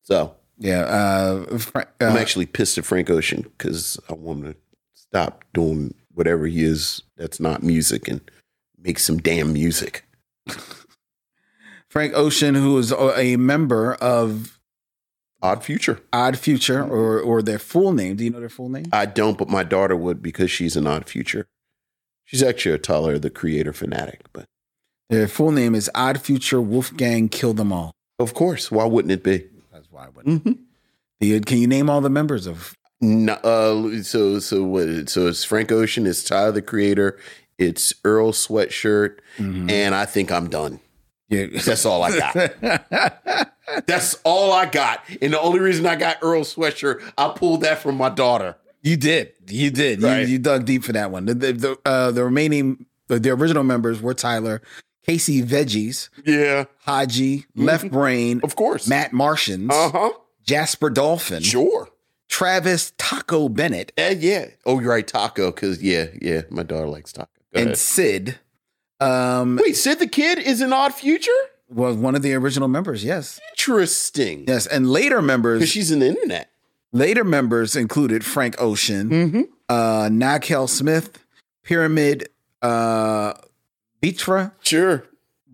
A: So
B: yeah. Uh, Fra- uh,
A: I'm actually pissed at Frank Ocean because I want him to stop doing whatever he is that's not music and make some damn music.
B: Frank Ocean, who is a a member of
A: Odd future.
B: Odd Future, or or their full name. Do you know their full name?
A: I don't, but my daughter would because she's an odd future. She's actually a Tyler the Creator fanatic, but
B: Their full name is Odd Future Wolfgang Kill Them All.
A: of course, why wouldn't it be?
B: That's why I wouldn't.
A: Mm-hmm.
B: The- Can you name all the members of?
A: No, uh, so so what? So it's Frank Ocean, it's Tyler the Creator, it's Earl Sweatshirt,
B: Mhm.
A: and I think I'm done.
B: Yeah.
A: That's all I got. (laughs) That's all I got. And the only reason I got Earl Sweatshirt, I pulled that from my daughter.
B: you did. You did. You-
A: Right.
B: You, dug deep for that one. The the, the, uh, the remaining the, the original members were Tyler, Casey Veggies,
A: Yeah,
B: Haji, Left Brain,
A: of course.
B: Matt Martians,
A: Uh huh.
B: Jasper Dolphin,
A: Sure.
B: Travis Taco Bennett,
A: Eh, yeah. Oh, you're right, Taco. Because yeah, yeah, my daughter likes Taco. Go
B: and
A: ahead.
B: Sid. Um,
A: Wait, Sid the Kid is an odd future?
B: was one of the original members. Yes,
A: Interesting.
B: yes, and later
A: Because
B: members.
A: she's in the internet.
B: Later members included Frank Ocean,
A: Mm-hmm.
B: uh, Nakel Smith, Pyramid, uh, Vitra,
A: Sure.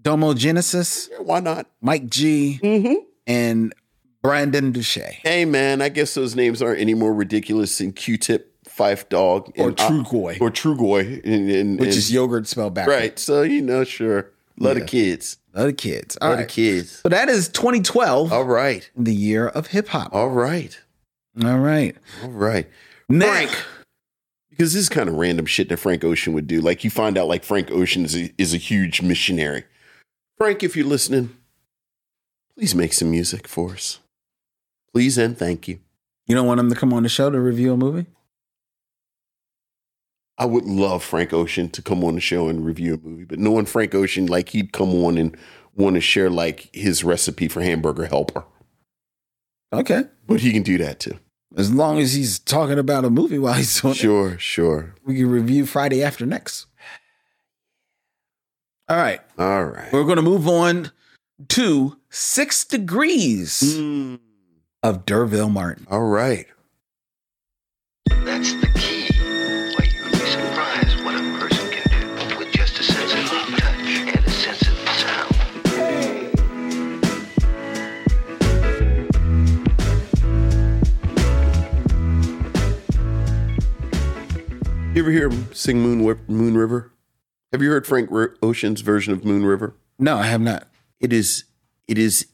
B: Domo Genesis,
A: Yeah, why not?
B: Mike G,
A: Mm-hmm.
B: and Brandon Duche.
A: Hey man, I guess those names aren't any more ridiculous than Q-Tip, Fife Dog,
B: Or
A: and, uh,
B: Trugoy,
A: or Trugoy, and, and,
B: which
A: and-
B: is yogurt spelled backwards.
A: (laughs) right. So you know, sure, love
B: Yeah.
A: the kids,
B: Other kids. All
A: love
B: right.
A: the kids.
B: So that is 2012,
A: All right,
B: the year of hip hop.
A: all right,
B: All right.
A: all right.
B: Now-
A: Frank. Because this is kind of random shit that Frank Ocean would do. Like you find out, like Frank Ocean is a, is a huge missionary. Frank, if you're listening, please make some music for us. Please and thank you.
B: You don't want him to come on the show to review a movie?
A: I would love Frank Ocean to come on the show and review a movie, but knowing Frank Ocean, like he'd come on and want to share like his recipe for hamburger helper.
B: Okay.
A: But he can do that too.
B: As long as he's talking about a movie while he's doing it,
A: Sure, sure.
B: we can review Friday after next. All right.
A: All right.
B: We're going to move on to Six Degrees
A: Mm,
B: of Derville Martin.
A: all right.
C: That's the key. Why you'd be surprised what a person can do with just a sense of touch and a sense of sound.
A: You ever hear him sing Moon, Wi- Moon River? Have you heard Frank Ri- Ocean's version of Moon River?
B: No, I have not.
A: It is it is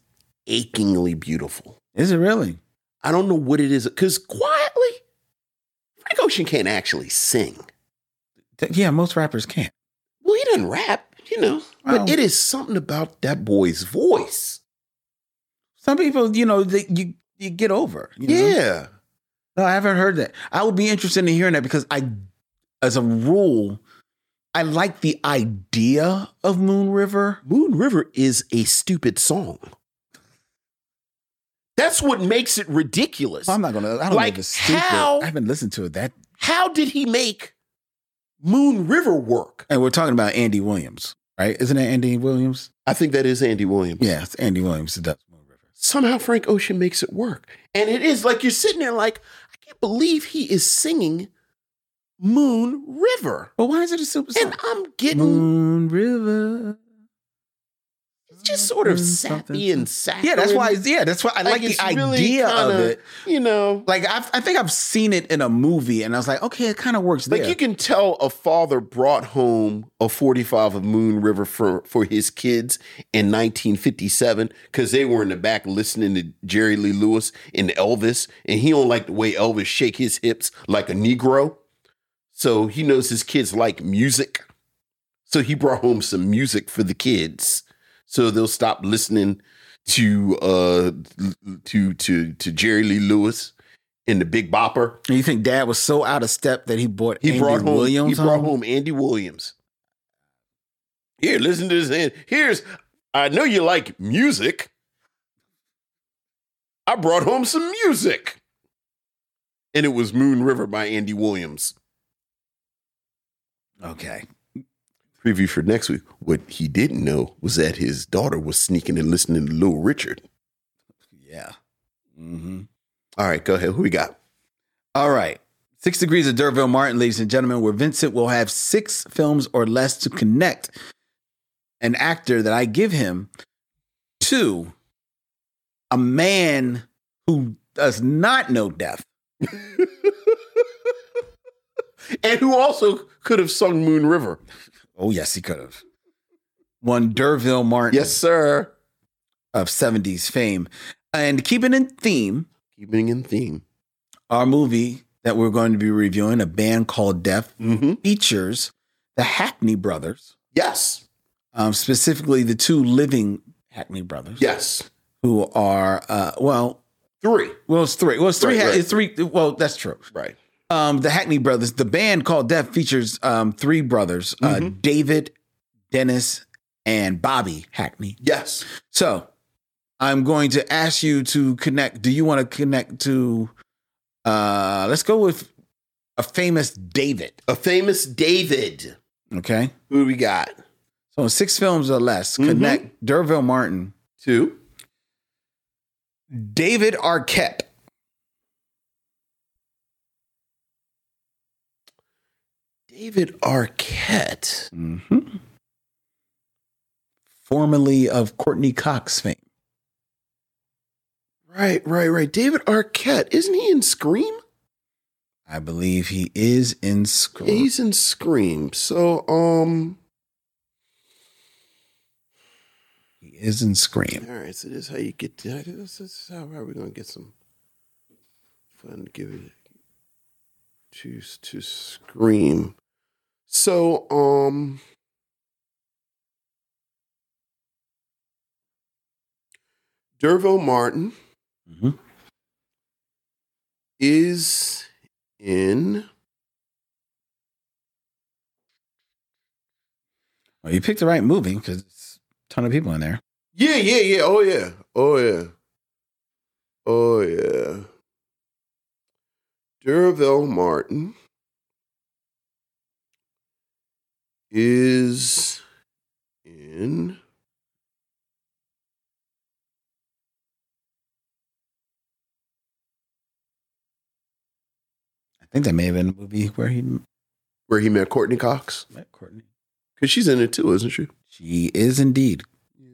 A: achingly beautiful.
B: Is it really?
A: I don't know what it is because quietly, Frank Ocean can't actually sing.
B: Th- Yeah, most rappers can't.
A: Well, he doesn't rap, you know,
B: Well-
A: but it is something about that boy's voice.
B: Some people, you know, that you you get over. you know?
A: Yeah.
B: No, I haven't heard that. I would be interested in hearing that because I, as a rule, I like the idea of Moon River.
A: Moon River is a stupid song. That's what makes it ridiculous.
B: I'm not gonna. I don't
A: Like,
B: like it's stupid.
A: how-
B: I haven't listened to it that.
A: How did he make Moon River work?
B: And we're talking about Andy Williams. right? Isn't it Andy Williams?
A: I think that is Andy Williams.
B: Yeah, it's Andy Williams that does Moon River.
A: Somehow Frank Ocean makes it work. And it is like you're sitting there like, I can't believe he is singing Moon River.
B: But why is it a super song?
A: And I'm getting
B: Moon River.
A: it's just sort of
B: Something.
A: sappy and saccharine.
B: Yeah, that's why. Yeah, that's why I like,
A: it's
B: the
A: really
B: idea of
A: kinda,
B: it.
A: You know,
B: Like I've, I think I've seen it in a movie, and I was like, okay, it kind of works
A: Like
B: there.
A: you can tell a father brought home a 45 of Moon River for, for his kids in 1957 because they were in the back listening to Jerry Lee Lewis and Elvis, and he don't like the way Elvis shake his hips like a Negro. So he knows his kids like music. So he brought home some music for the kids. So they'll stop listening to uh to to to Jerry Lee Lewis and the Big Bopper.
B: and you think Dad was so out of step that he bought
A: He
B: Andy
A: brought home
B: Williams.
A: He brought
B: home?
A: home Andy Williams. Here, listen to this. And here's I know you like music. I brought home some music. And it was Moon River by Andy Williams.
B: Okay,
A: Preview for next week. What he didn't know was that his daughter was sneaking and listening to Lil Richard.
B: yeah. Mm-hmm.
A: All right, go ahead. Who we got?
B: All right. Six Degrees of Derville Martin, ladies and gentlemen, where Vincent will have six films or less to connect an actor that I give him to a man who does not know death.
A: And who also could have sung Moon River.
B: Oh, yes, he could have. One Derville Martin
A: Yes, sir.
B: of 70s fame. And keeping in theme,
A: Keeping in theme.
B: our movie that we're going to be reviewing, A Band Called Death,
A: Mm-hmm.
B: features the Hackney brothers.
A: Yes.
B: um, specifically the two living Hackney brothers,
A: Yes.
B: who are uh, well,
A: Three.
B: well, it's three. Well, it's three.
A: Right, right.
B: It's three. Well, that's true.
A: Right.
B: Um, the Hackney brothers, the band called Death, features um, three brothers: uh,
A: Mhm.
B: David, Dennis, and Bobby Hackney.
A: Yes.
B: So, I'm going to ask you to connect. Do you want to connect to? Uh, let's go with a famous David.
A: A famous David.
B: Okay,
A: Who do we got?
B: so in six films or less,
A: Mhm.
B: connect Derville Martin.
A: Two.
B: David Arquette.
A: David Arquette.
B: Mm-hmm. Formerly of Courtney Cox fame.
A: Right, right, right. David Arquette. Isn't he in Scream?
B: I believe he is in school.
A: Yeah, he's in Scream. So, um,
B: he is in Scream.
A: all right. So this is how you get. To, this is how, how are we gonna get some fun? Give it. Choose to Scream. So, um. Dervo Martin.
B: Mhm.
A: is in
B: Well, you picked the right movie because it's a ton of people in there.
A: yeah yeah yeah oh yeah oh yeah oh yeah Duraville Martin is in
B: I think that may have been a movie where he
A: where he met Courtney Cox
B: met Courtney.
A: because she's in it too isn't she
B: She is indeed.
A: yeah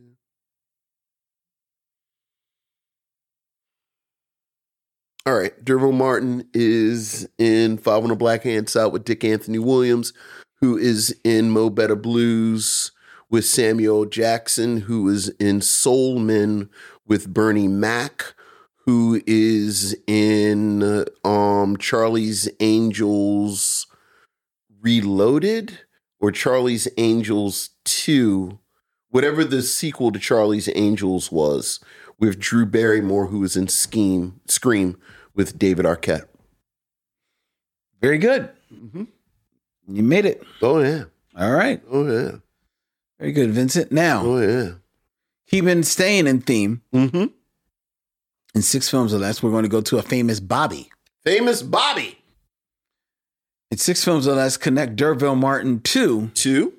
A: all right Duraville Martin is in Five on the Black Hand Side with Dick Anthony Williams who is in Mo Better Blues with Samuel Jackson, who is in Soul Men with Bernie Mac, who is in um, Charlie's Angels Reloaded or Charlie's Angels 2, whatever the sequel to Charlie's Angels was, with Drew Barrymore, who is in Scheme, Scream with David Arquette.
B: Very good. You made it.
A: Mm-hmm. Oh, yeah.
B: All right.
A: Oh, yeah.
B: Very good, Vincent. Now,
A: Oh, yeah.
B: he been staying in theme
A: Mm-hmm.
B: in six films or less. We're going to go to a famous Bobby.
A: Famous Bobby.
B: In six films or less, connect Derville Martin to
A: Two.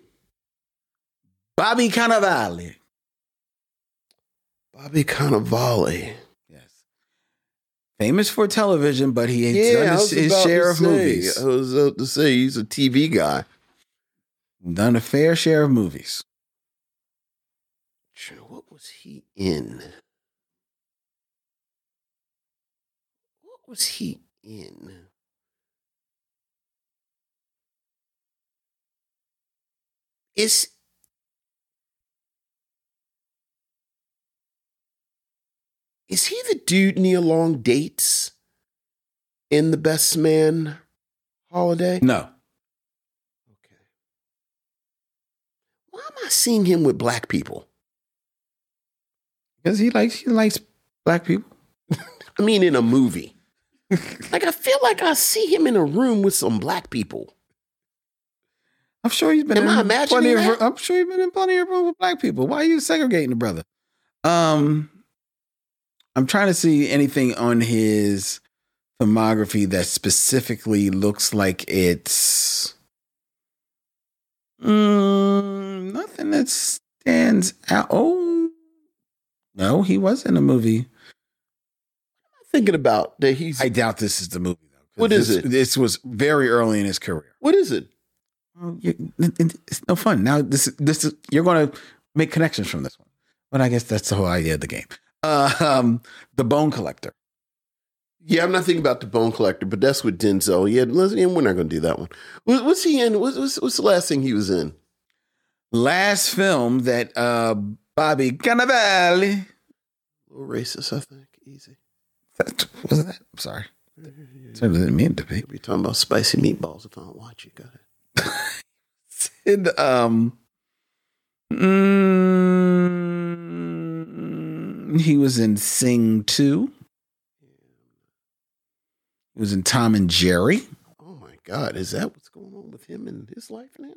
B: Bobby Cannavale.
A: Bobby Cannavale.
B: Yes. Famous for television, but he has done
A: I
B: his,
A: was
B: his
A: about
B: share
A: to
B: of
A: say- uh,
B: movies.
A: I was about to say he's a TV guy.
B: done a fair share of movies.
A: What was he in? What was he in? Is Is he the dude Neil Long dates in the Best Man holiday?
B: No.
A: Okay. Why am I seeing him with black people?
B: Because he likes he likes black people.
A: I mean, in a (laughs) movie. like, I feel like I see him in a room with some black people.
B: I'm sure he's been
A: Am
B: in
A: I
B: plenty
A: imagining
B: of
A: that?
B: I'm sure he's been in plenty of room with black people. Why are you segregating the brother? Um I'm trying to see anything on his filmography that specifically looks like it's Mm, nothing that stands out. Oh no, he was in a movie.
A: Thinking about that he's.
B: I doubt this is the movie though. 'cause
A: What is
B: this,
A: it?
B: This was very early in his career.
A: what is it?
B: Well, you- it- it- it's no fun. Now this this is you're going to make connections from this one, but I guess that's the whole idea of the game. Uh, um, the Bone Collector.
A: Yeah, I'm not thinking about the Bone Collector, but that's with Denzel. Yeah, let's, yeah, we're not going to do that one. What, what's he in? What's, what's, what's the last thing he was in?
B: Last film that uh, Bobby Cannavale.
A: A little racist, I think. Easy.
B: That, was that? I'm sorry. I didn't mean to be.
A: You'll be talking about spicy meatballs if I don't watch it. Go ahead.
B: And, um, mm, he was in Sing Two. He was in Tom and Jerry.
A: Oh my God, is that what's going on with him in his life now?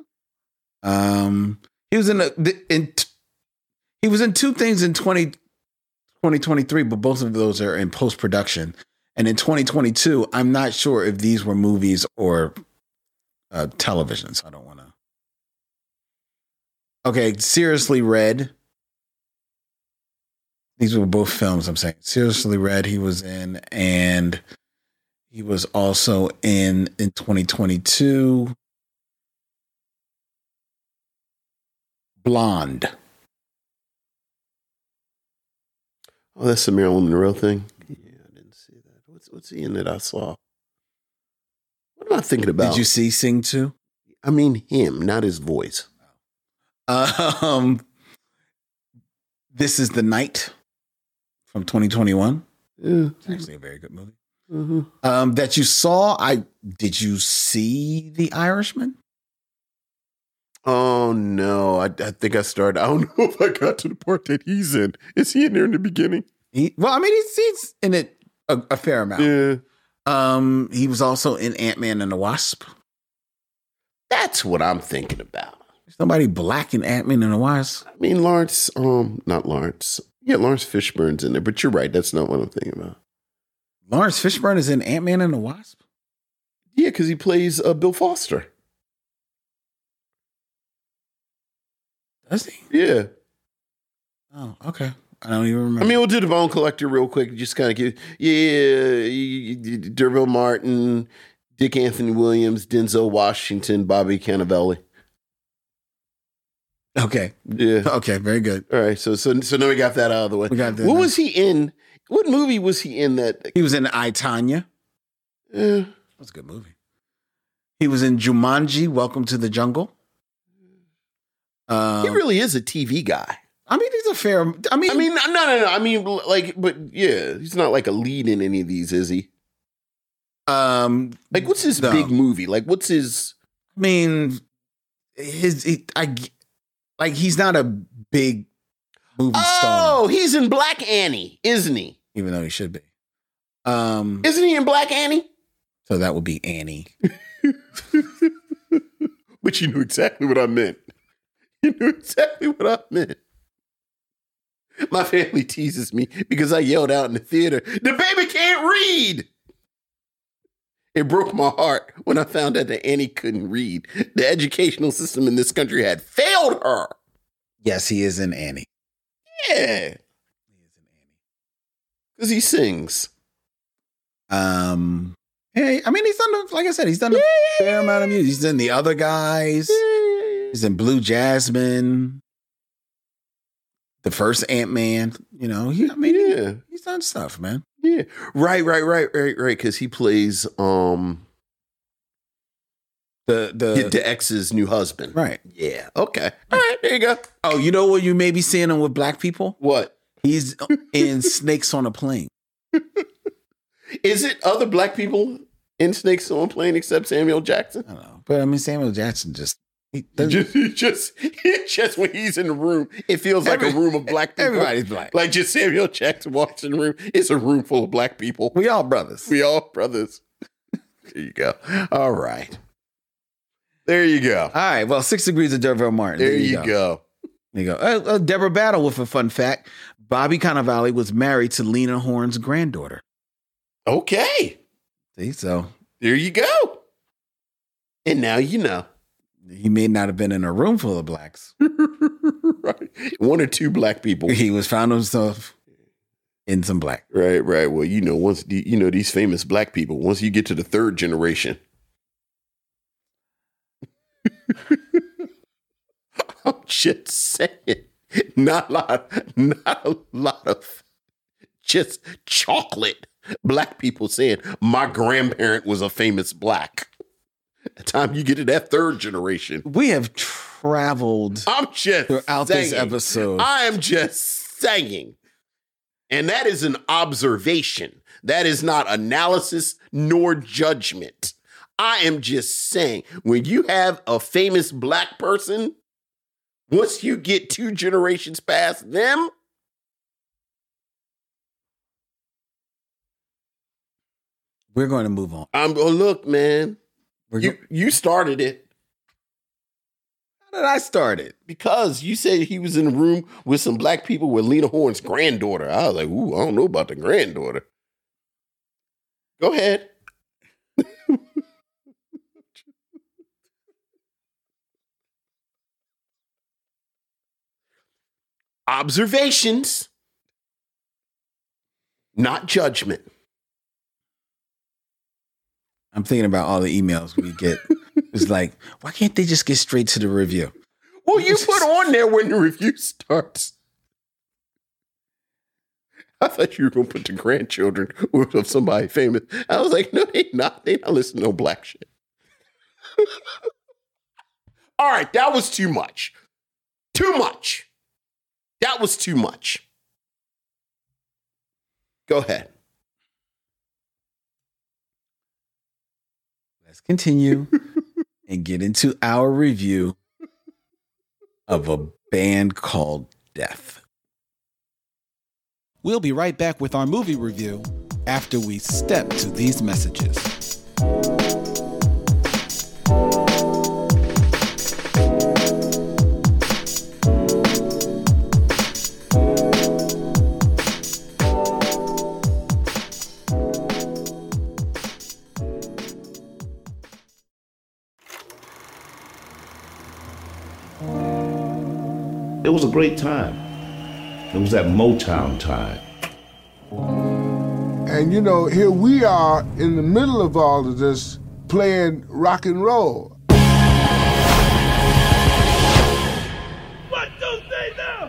B: Um, he was in a th- in t- he was in two things in 20, 2023, but both of those are in post production. And in 2022, I'm not sure if these were movies or uh, television, so I don't want to. Okay, Seriously Red. These were both films I'm saying. Seriously Red, he was in, and he was also in in 2022. Blonde.
A: Oh, that's the Marilyn Monroe thing. Yeah, I didn't see that. What's what's he in that I saw? What am I thinking about?
B: Did you see Sing 2?
A: I mean him, not his voice.
B: (laughs) Um, this is the Night from 2021.
A: Yeah.
B: It's actually a very good movie.
A: hmm
B: Um, that you saw, I did you see The Irishman?
A: Oh no, I, I think I started. I don't (laughs) know if I got to the part that he's in. Is he in there in the beginning?
B: He, well, I mean, he's, he's in it a, a fair amount.
A: Yeah,
B: Um, he was also in Ant Man and the Wasp.
A: that's what I'm thinking about.
B: There's nobody black in Ant Man and the Wasp.
A: I mean Lawrence, um, not Lawrence. Yeah, Lawrence Fishburne's in there, but you're right. That's not what I'm thinking about.
B: Lawrence Fishburne is in Ant Man and the Wasp.
A: Yeah, because he plays uh, Bill Foster.
B: Does he?
A: Yeah.
B: Oh, okay. I don't even remember.
A: I mean, we'll do the bone collector real quick. Just kind of give, yeah, you- you- Derville Martin, Dick Anthony Williams, Denzel Washington, Bobby Cannavale.
B: okay,
A: Yeah.
B: okay, very good.
A: All right. So, so, so now we got that out of the way.
B: We got that
A: What
B: now.
A: was he in? What movie was he in that?
B: He was in I Tanya.
A: Uh,
B: That's a good movie. He was in Jumanji: Welcome to the Jungle. Um,
A: he really is a TV guy.
B: I mean, he's a fair. I mean,
A: I mean, no, no, no. I mean, like, but yeah, he's not like a lead in any of these, is he?
B: um,
A: Like, what's his
B: No.
A: big movie? Like, what's his?
B: I mean, his he, I g- like he's not a big movie star,
A: Oh, he's in Black Annie, isn't he?
B: even though he should be. Um,
A: Isn't he in Black Annie?
B: so that would be Annie.
A: But you knew exactly what I meant. You knew exactly what I meant. My family teases me because I yelled out in the theater, the baby can't read. It broke my heart when I found out that Annie couldn't read. The educational system in this country had failed her.
B: Yes, he is in Annie.
A: Yeah,
B: He is in Annie.
A: because he sings.
B: Um, hey, I mean, he's done, a- like I said, he's done a fair amount of music. He's in the other guys. He's in Blue Jasmine, the first Ant Man. You know, he, I mean, he-
A: Yeah.
B: he's done stuff, man.
A: Yeah. Right, right, right, right, right. Because he plays um
B: The the
A: the ex's new husband.
B: right.
A: Yeah. Okay. All right. There you go.
B: Oh, you know what? You may be seeing him with black people.
A: What
B: He's (laughs) in Snakes on a Plane.
A: is it? Other black people in Snakes on Plane except Samuel Jackson?
B: I don't know, but I mean, Samuel Jackson just he
A: He
B: doesn't-
A: just, (laughs) he just, he just when he's in the room, it feels like a
B: Every-
A: room of black people.
B: (laughs) everybody's black.
A: Like just Samuel Jackson walks in the room, it's a room full of black people.
B: we all brothers.
A: We all brothers. There you go. All right. There you go.
B: All right. Well, Six Degrees of Derville Martin.
A: There you go.
B: There you go. Uh, uh, Deborah Battle with a fun fact. Bobby Cannavale was married to Lena Horne's granddaughter.
A: Okay.
B: See, so
A: There you go. And now you know.
B: he may not have been in a room full of blacks.
A: (laughs) right. One or two black people.
B: He was found himself in some black.
A: Right, right. Well, you know, once the, you know these famous black people, once you get to the third generation. (laughs) I'm just saying. Not a lot, not a lot of just chocolate black people saying my grandparent was a famous black. The time you get to that third generation,
B: We have traveled
A: I'm just
B: throughout this
A: saying.
B: episode.
A: I am just saying. And that is an observation. That is not analysis nor judgment. I am just saying when you have a famous black person, once you get two generations past them,
B: We're going to move on.
A: I'm oh look, man,
B: We're
A: you
B: go-
A: you started it
B: How did I start it?
A: because you said he was in a room with some black people with Lena Horne's granddaughter. I was like, ooh, I don't know about the granddaughter. Go ahead. (laughs) observations, not judgment.
B: I'm thinking about all the emails we (laughs) get. it's like, why can't they just get straight to the review?
A: Well, you put on there when the review starts. I thought you were going to put the grandchildren of somebody famous. I was like, no, they not. They not listen to no black shit. (laughs) All right, that was too much. Too much. That was too much. Go ahead.
B: Let's (laughs) continue and get into our review of a band called Death. We'll be right back with our movie review after we step to these messages.
D: It was a great time. It was that Motown time.
E: And you know, here we are in the middle of all of this playing rock and roll.
F: One, two, three, now!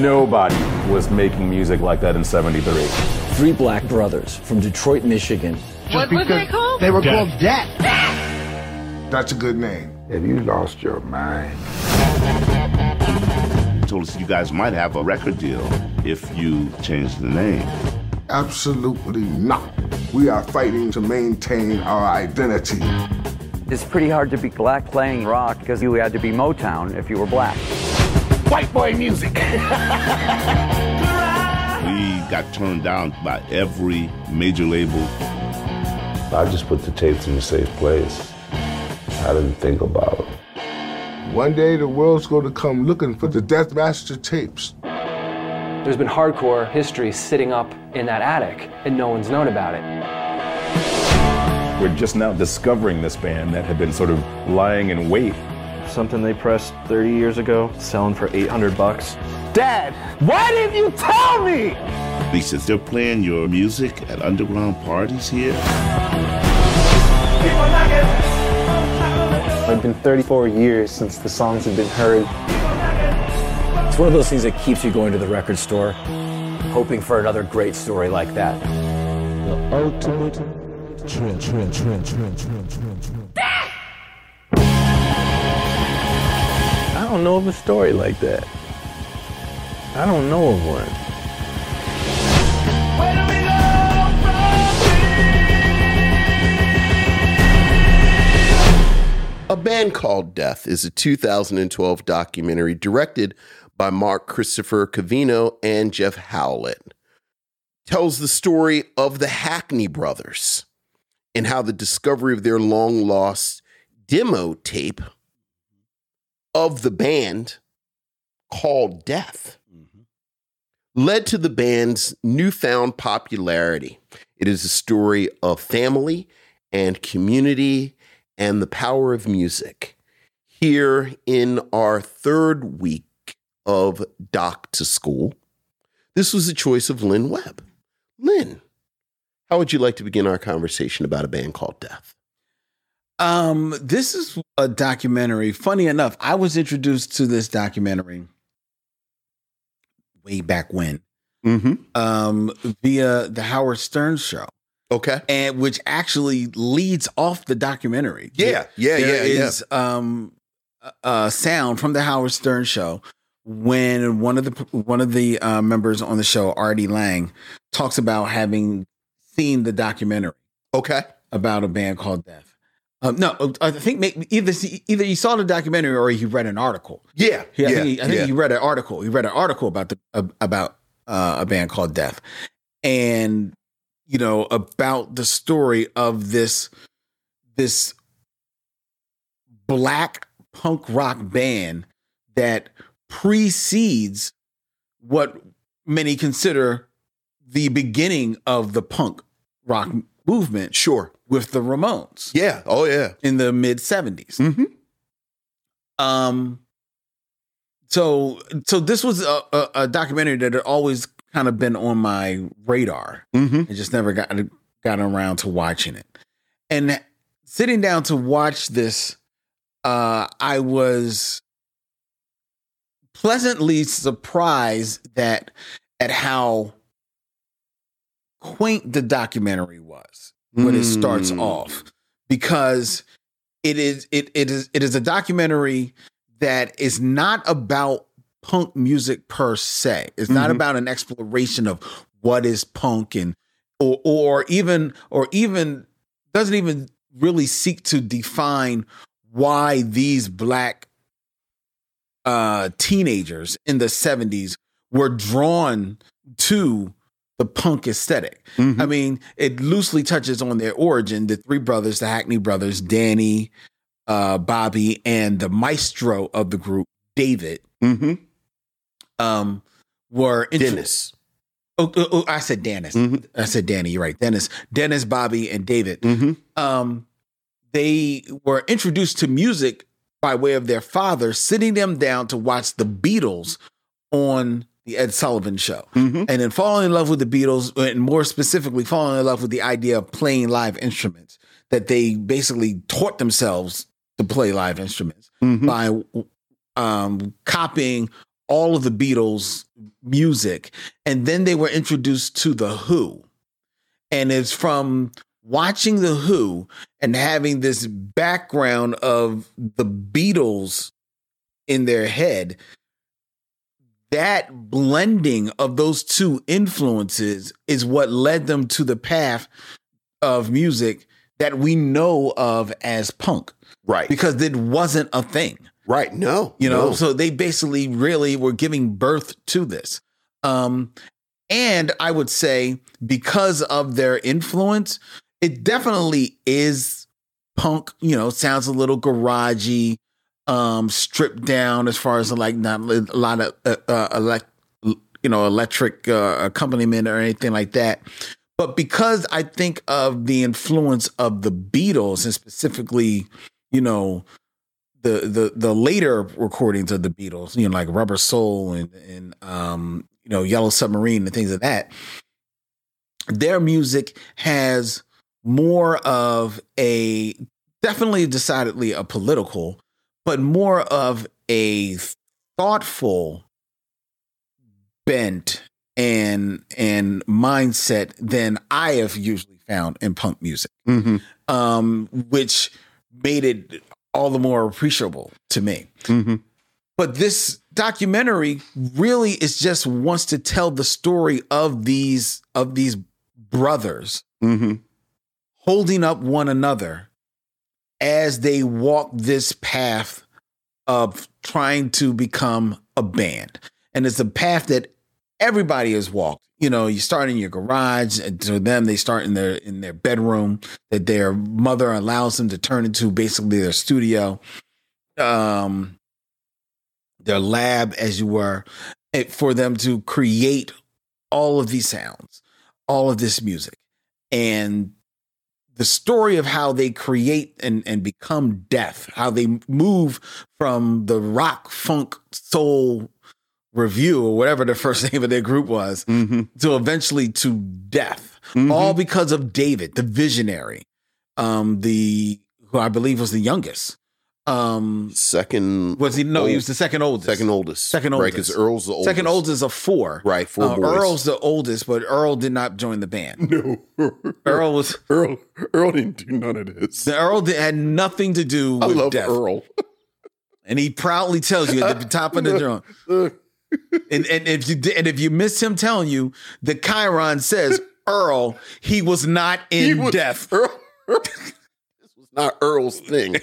G: Nobody was making music like that in 73.
H: three black brothers from Detroit, Michigan.
I: What was they called?
E: were called Death. That's a good name.
I: Have you lost your mind?
D: Told us you guys might have a record deal if you changed the name.
E: Absolutely not. We are fighting to maintain our identity.
J: It's pretty hard to be black playing rock because you had to be Motown if you were black.
I: White boy music.
D: We got turned down by every major label. I just put the tapes in a safe place. I didn't think about it.
E: One day the world's going to come looking for the Death Master tapes.
H: There's been hardcore history sitting up in that attic, and no one's known about it.
G: We're just now discovering this band that had been sort of lying in wait.
K: Something they pressed 30 years ago, selling for 800 bucks.
I: Dad, why didn't you tell me?
D: He says, they're playing your music at underground parties here?
K: It's been 34 years since the songs have been heard.
H: It's one of those things that keeps you going to the record store, hoping for another great story like that. The ultimate trend, trend, trend, trend, trend, trend, trend.
L: I don't know of a story like that. I don't know of one.
A: A Band Called Death is a 2012 documentary directed by Mark Christopher Cavino and Jeff Howlett. Tells the story of the Hackney brothers and how the discovery of their long lost demo tape of the band called Death led to the band's newfound popularity. It is a story of family and community and the power of music. Here in our third week of Doc to School, this was the choice of Lynn Webb. Lynn, how would you like to begin our conversation about a band called Death?
B: Um, this is a documentary. Funny enough, I was introduced to this documentary way back when, um, via the Howard Stern show.
A: Okay,
B: and which actually leads off the documentary.
A: Yeah, yeah,
B: There
A: yeah, yeah.
B: is, um, a- a sound from the Howard Stern show when one of the one of the uh, members on the show, Artie Lang, talks about having seen the documentary.
A: Okay,
B: about a band called Death. Um, no, I think maybe either either you saw the documentary or you read an article.
A: Yeah,
B: Yeah, I
A: yeah,
B: think, he, I think
A: yeah.
B: he read an article. He read an article about the ab- about uh, a band called Death, and you know about the story of this this black punk rock band that precedes what many consider the beginning of the punk rock movement.
A: Sure,
B: with the Ramones
A: Yeah. Oh yeah.
B: in the mid 70s. Um so so this was a, a, a documentary that had always kind of been on my radar.
A: Mm-hmm.
B: I just never got got around to watching it. And sitting down to watch this uh I was pleasantly surprised that at how quaint the documentary was when it starts
A: Mm.
B: off because it is it it is it is a documentary that is not about punk music per se. It's not
A: Mhm.
B: about an exploration of what is punk and or or even or even doesn't even really seek to define why these black uh teenagers in the 70s were drawn to the punk esthetic
A: Mm-hmm.
B: I mean, it loosely touches on their origin. The three brothers, the Hackney brothers, Danny, uh, Bobby, and the maestro of the group, David,
A: Mm-hmm.
B: um, were intro-
A: Dennis.
B: Oh, oh, oh, I said Dennis. I said Danny. You're right. Dennis, Dennis, Bobby, and David. Um, they were introduced to music by way of their father sitting them down to watch the Beatles on the Ed Sullivan Show, and then falling in love with the Beatles, and more specifically, falling in love with the idea of playing live instruments. That they basically taught themselves to play live instruments by um, copying all of the Beatles music. And then they were introduced to The Who. And it's from watching The Who and having this background of the Beatles in their head. That blending of those two influences is what led them to the path of music that we know of as punk.
A: Right.
B: Because it wasn't a thing.
A: Right. No.
B: You know,
A: no.
B: so they basically really were giving birth to this. Um, and I would say because of their influence, it definitely is punk, you know, sounds a little garagey, um, stripped down as far as like not li- a lot of uh, uh, elect, you know, electric uh, accompaniment or anything like that. But because I think of the influence of the Beatles and specifically, you know, the the the later recordings of the Beatles, you know, like Rubber Soul and and um, you know, Yellow Submarine and things of that, their music has more of a definitely decidedly a political, but more of a thoughtful bent and and mindset than I have usually found in punk music, um, which made it all the more appreciable to me. But this documentary really is just wants to tell the story of these of these brothers holding up one another as they walk this path of trying to become a band. And it's a path that everybody has walked. You know, you start in your garage. and To them, they start in their in their bedroom that their mother allows them to turn into basically their studio, um, their lab, as you were, eh, for them to create all of these sounds, all of this music, and the story of how they create and, and become death, how they move from the rock, funk, soul review or whatever the first (laughs) name of their group was
A: Mm-hmm.
B: to eventually to death, all because of David, the visionary, um, the who I believe was the youngest. Um,
A: second
B: was he? No, he was the second oldest.
A: Second oldest.
B: Second
A: Right,
B: oldest.
A: because Earl's the oldest.
B: Second oldest of four.
A: Right, four
B: Uh,
A: boys.
B: Earl's the oldest, but Earl did not join the band.
A: (laughs) No,
B: Earl was
A: Earl. Earl didn't do none of this.
B: The Earl did, had nothing to do with
A: I love
B: death.
A: Earl. (laughs)
B: and he proudly tells you at the top of the drum. And and if you did, and if you miss him telling you, the
A: (laughs)
B: Chiron says Earl, he was not in
A: was-
B: death.
A: Earl, Earl- this was not Earl's
B: (laughs)
A: thing.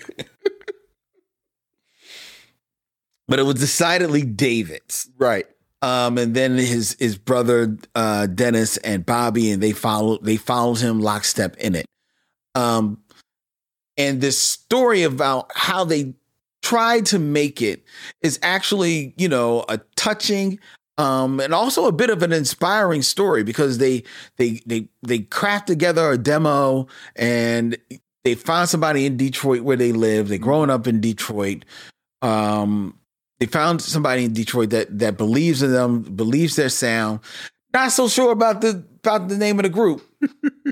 B: but it was decidedly David's.
A: Right.
B: Um, and then his his brother uh, Dennis and Bobby, and they followed they followed him lockstep in it. Um, and this story about how they tried to make it is actually you know a touching um, and also a bit of an inspiring story because they they they they craft together a demo and they find somebody in Detroit where they live. They're growing up in Detroit. Um, they found somebody in Detroit that that believes in them, believes their sound. Not so sure about the about the name of the group.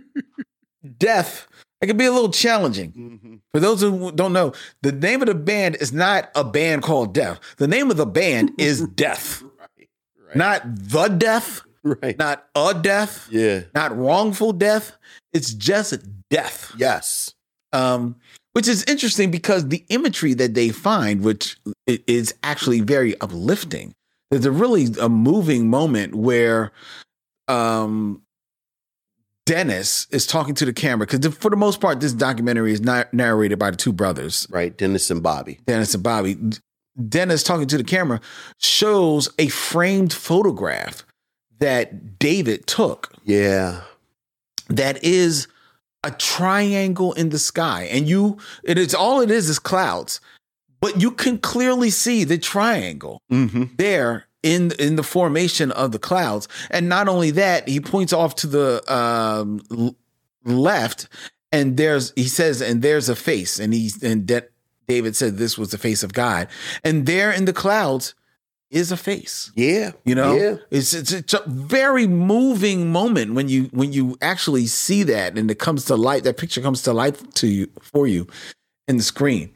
B: (laughs) Death. It can be a little challenging. For those who don't know, the name of the band is not a band called Death. The name of the band is Death. Not the death.
A: Right.
B: Not a death.
A: Yeah.
B: Not wrongful death. It's just death.
A: Yes.
B: Um, which is interesting because the imagery that they find, which i- is actually very uplifting, there's a really a moving moment where um, Dennis is talking to the camera because for the most part, this documentary is not narrated by the two brothers,
A: Right. Dennis and Bobby.
B: Dennis and Bobby. Dennis talking to the camera shows a framed photograph that David took
A: Yeah.
B: that is a triangle in the sky and you and it's all it is is clouds but you can clearly see the triangle there in in the formation of the clouds and not only that he points off to the um l- left and there's he says and there's a face and he and De- david said this was the face of god and there in the clouds is a face
A: Yeah.
B: you know,
A: Yeah.
B: it's, it's it's a very moving moment when you when you actually see that and it comes to light. That picture comes to life to you for you in the screen.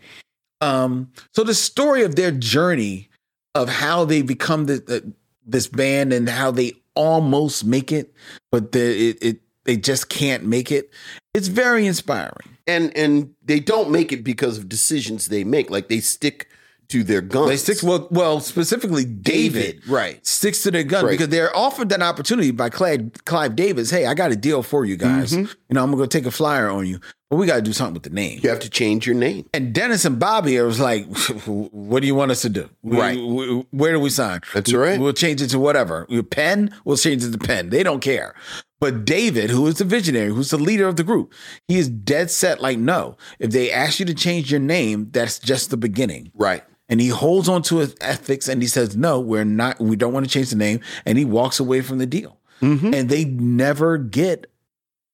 B: Um, so the story of their journey of how they become the, the this band and how they almost make it, but the, it, it they just can't make it. It's very inspiring.
A: And and they don't make it because of decisions they make. Like they stick to their guns.
B: They stick well, well specifically David,
A: David, right.
B: sticks to their gun
A: Right.
B: because they're offered that opportunity by Clive, Clive Davis. Hey, I got a deal for you guys.
A: Mm-hmm.
B: You know, I'm gonna go take a flyer on you, but we got to do something with the name.
A: You have to change your name.
B: And Dennis and Bobby was like, (laughs) "What do you want us to do? We-
A: Right.
B: we- where do we sign?
A: That's right.
B: We'll change it to whatever. Your pen, we'll change it to pen. They don't care." But David, who is the visionary, who's the leader of the group, he is dead set. Like, no, if they ask you to change your name, that's just the beginning
A: Right.
B: and he holds on to his ethics and he says no we're not we don't want to change the name and he walks away from the deal and they never get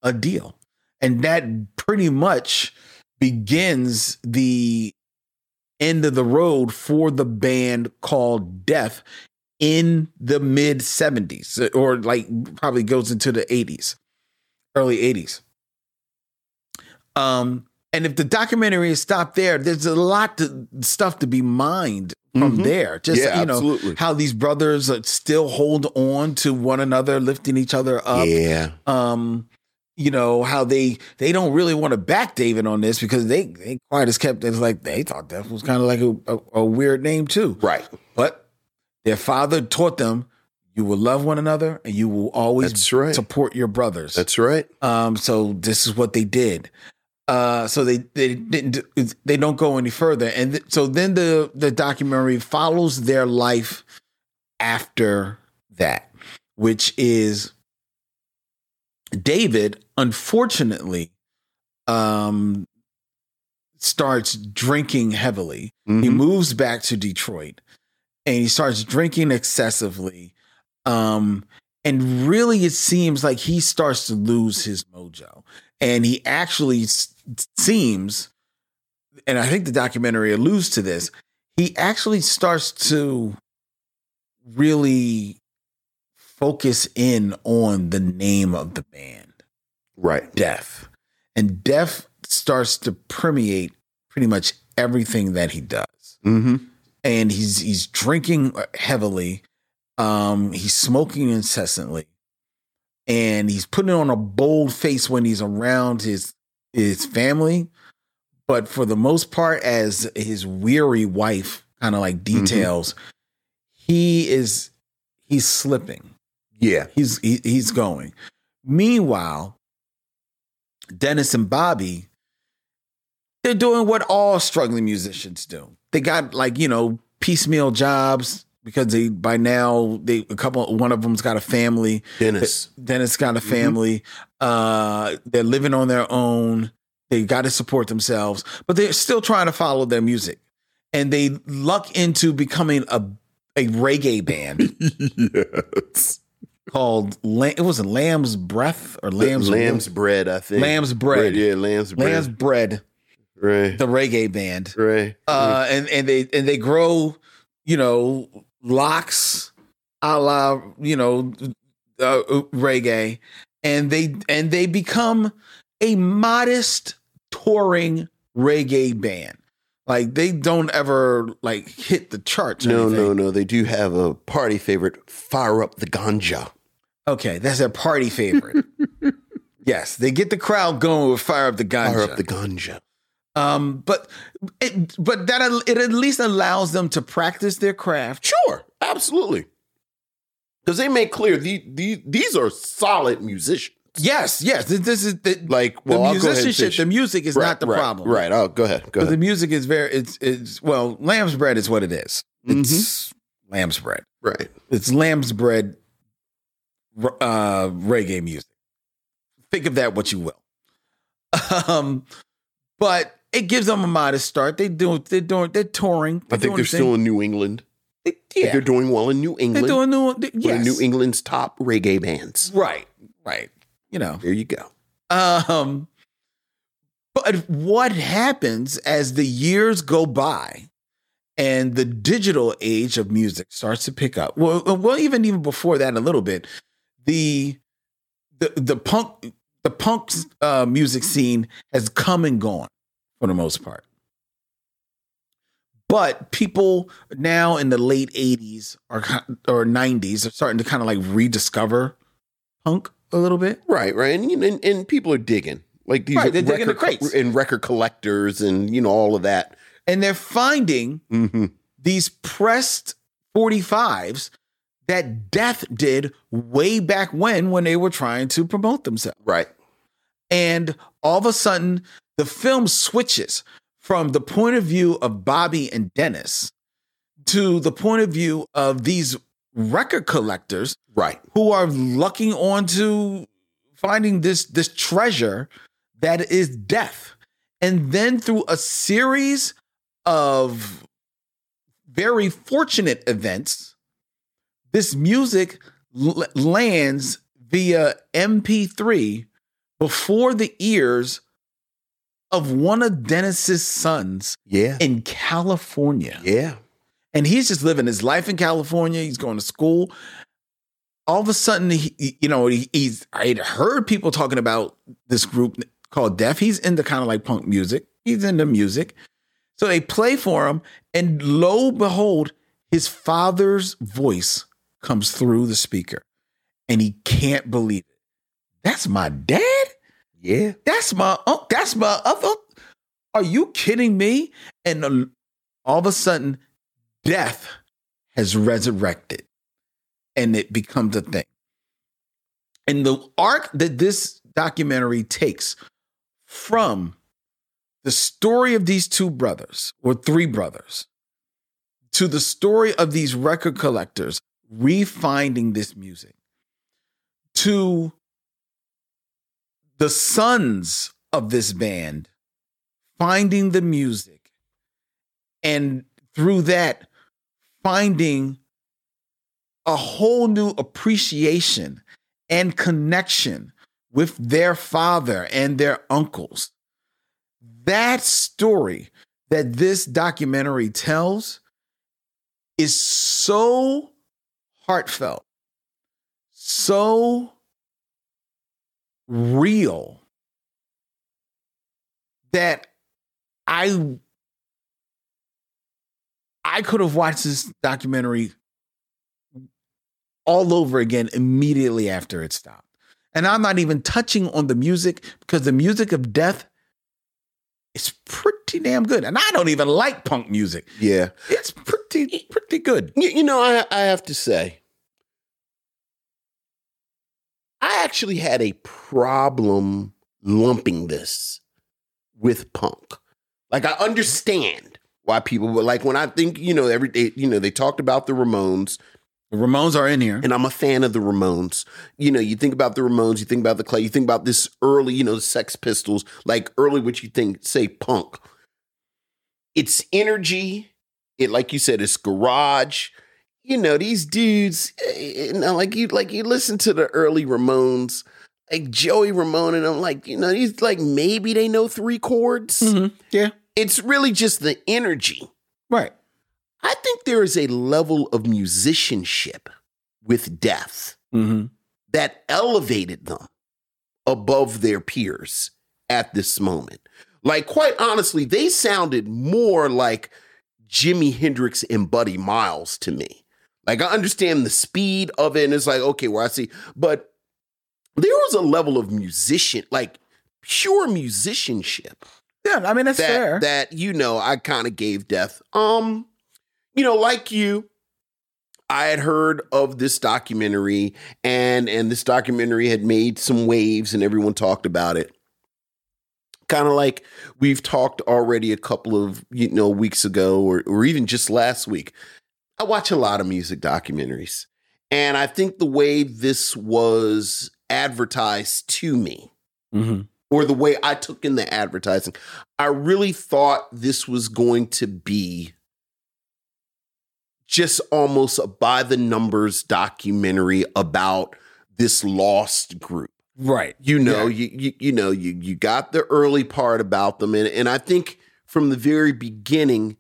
B: a deal. And that pretty much begins the end of the road for the band called Death in the mid 70s, or like probably goes into the 80s, early 80s. Um, and if the documentary is stopped there, there's a lot to stuff to be mined from
A: Mhm.
B: there. Just
A: Yeah,
B: you know
A: absolutely.
B: how these brothers uh, still hold on to one another, lifting each other up.
A: Yeah.
B: Um, you know how they they don't really want to back David on this because they they quite as kept as like they thought that was kind of like a, a, a weird name too.
A: Right.
B: But their father taught them you will love one another and you will always support your brothers.
A: That's right.
B: Um, so this is what they did. Uh, so they they didn't do- they don't go any further, and th- so then the the documentary follows their life after that, which is David unfortunately um starts drinking heavily.
A: Mm-hmm.
B: He moves back to Detroit and he starts drinking excessively. Um and really it seems like he starts to lose his mojo. And he actually s- seems and I think the documentary alludes to this, he actually starts to really focus in on the name of the band.
A: Right.
B: Death. And death starts to permeate pretty much everything that he does.
A: Mm-hmm.
B: And he's he's drinking heavily. Um, he's smoking incessantly. And he's putting on a bold face when he's around his his family. But for the most part, as his weary wife kind of like details, he is he's slipping.
A: Yeah,
B: he's he, he's going. Meanwhile, Dennis and Bobby, they're doing what all struggling musicians do. They got like you know piecemeal jobs because they by now they a couple one of them's got a family.
A: Dennis.
B: Dennis got a
A: Mm-hmm.
B: family. Uh, they're living on their own. They got to support themselves, but they're still trying to follow their music, and they luck into becoming a a reggae band
A: (laughs) yes.
B: called Lam- it was a Lamb's Breath or Lamb's
A: lamb's bread, I think.
B: Lamb's bread.
A: Yeah, lamb's bread.
B: Lamb's Bread,
A: right.
B: the reggae band.
A: Right.
B: Uh, and and they and they grow, you know, locks, a la you know, uh, reggae, and they and they become a modest touring reggae band. Like they don't ever like hit the charts. or
A: No,
B: anything.
A: no, no. They do have a party favorite, Fire Up the Ganja.
B: Okay, that's their
A: (laughs)
B: party favorite. yes, they get the crowd going with "Fire Up the Ganja."
A: Fire Up the Ganja.
B: Um, but it, but that al- it at least allows them to practice their craft.
A: Sure, absolutely. Because they make clear the, the, these are solid musicians.
B: Yes, yes. This, this is the,
A: Like, well,
B: the
A: I'll go ahead and
B: musicianship.
A: finish.
B: The music is
A: Right,
B: not the
A: right,
B: problem.
A: Right. Oh, go ahead. Go
B: But the
A: ahead.
B: music is very. It's it's well, lamb's bread is what it is.
A: Mm-hmm.
B: It's lamb's bread.
A: Right.
B: It's lamb's bread. r- Uh, reggae music. Think of that what you will. (laughs) Um, but it gives them a modest start. They do. They're doing. They're touring.
A: I think
B: doing
A: they're
B: thing.
A: still in New England.
B: yeah.
A: They're doing well in New England.
B: They're doing new.
A: One
B: Yes.
A: of New England's top reggae bands.
B: Right. Right. You know.
A: There you go.
B: Um, but what happens as the years go by and the digital age of music starts to pick up? Well, uh, well, even even before that, a little bit, the the the punk the punk uh, music scene has come and gone for the most part. But people now in the late '80s or or '90s are starting to kind of like rediscover punk a little bit.
A: Right, right. And, and, and people are digging. Like these
B: Right,
A: are
B: they're digging the crates.
A: and record collectors and you know all of that.
B: and they're finding these pressed 45s that death did way back when when they were trying to promote themselves
A: Right.
B: and all of a sudden the film switches from the point of view of bobby and dennis to the point of view of these record collectors
A: Right.
B: who are lucking onto finding this this treasure that is death and then through a series of very fortunate events this music l- lands via mp3 before the ears of one of Dennis's sons
A: yeah.
B: in California.
A: Yeah.
B: And he's just living his life in California. He's going to school. All of a sudden, he, you know, he, he's, I'd heard people talking about this group called Deaf. He's into kind of like punk music, he's into music. So they play for him. And lo and behold, his father's voice comes through the speaker and he can't believe it. That's my dad?
A: Yeah.
B: That's my uncle. That's my other. Are you kidding me? And uh, all of a sudden, death has resurrected and it becomes a thing. And the arc that this documentary takes from the story of these two brothers or three brothers to the story of these record collectors refinding this music to the sons of this band finding the music and through that finding a whole new appreciation and connection with their father and their uncles that story that this documentary tells is so heartfelt so real that I I could have watched this documentary all over again immediately after it stopped. And I'm not even touching on the music because the music of death is pretty damn good. And I don't even like punk music.
A: Yeah.
B: It's pretty pretty good.
A: You, you know, I, I have to say I actually had a problem lumping this with punk. Like I understand why people would like when I think, you know, every day, you know, they talked about the Ramones.
B: The Ramones are in here.
A: And I'm a fan of the Ramones. You know, you think about the Ramones, you think about the Clay, you think about this early, you know, the Sex Pistols, like early what you think say punk. It's energy. It like you said, it's garage you know these dudes eh, you know like you like you listen to the early ramones like joey ramone and i'm like you know these like maybe they know three chords
B: mm-hmm. yeah
A: it's really just the energy
B: right
A: i think there is a level of musicianship with death
B: mm-hmm.
A: that elevated them above their peers at this moment like quite honestly they sounded more like jimi hendrix and buddy miles to me like I understand the speed of it, and it's like, okay, well, I see. But there was a level of musician, like pure musicianship.
B: Yeah, I mean that's
A: that,
B: fair.
A: That, you know, I kind of gave death. Um, you know, like you, I had heard of this documentary, and and this documentary had made some waves and everyone talked about it. Kind of like we've talked already a couple of you know weeks ago, or or even just last week I watch a lot of music documentaries. And I think the way this was advertised to me,
B: mm-hmm.
A: or the way I took in the advertising, I really thought this was going to be just almost a by the numbers documentary about this lost group.
B: Right.
A: You know, yeah. you, you you know, you you got the early part about them. And and I think from the very beginning,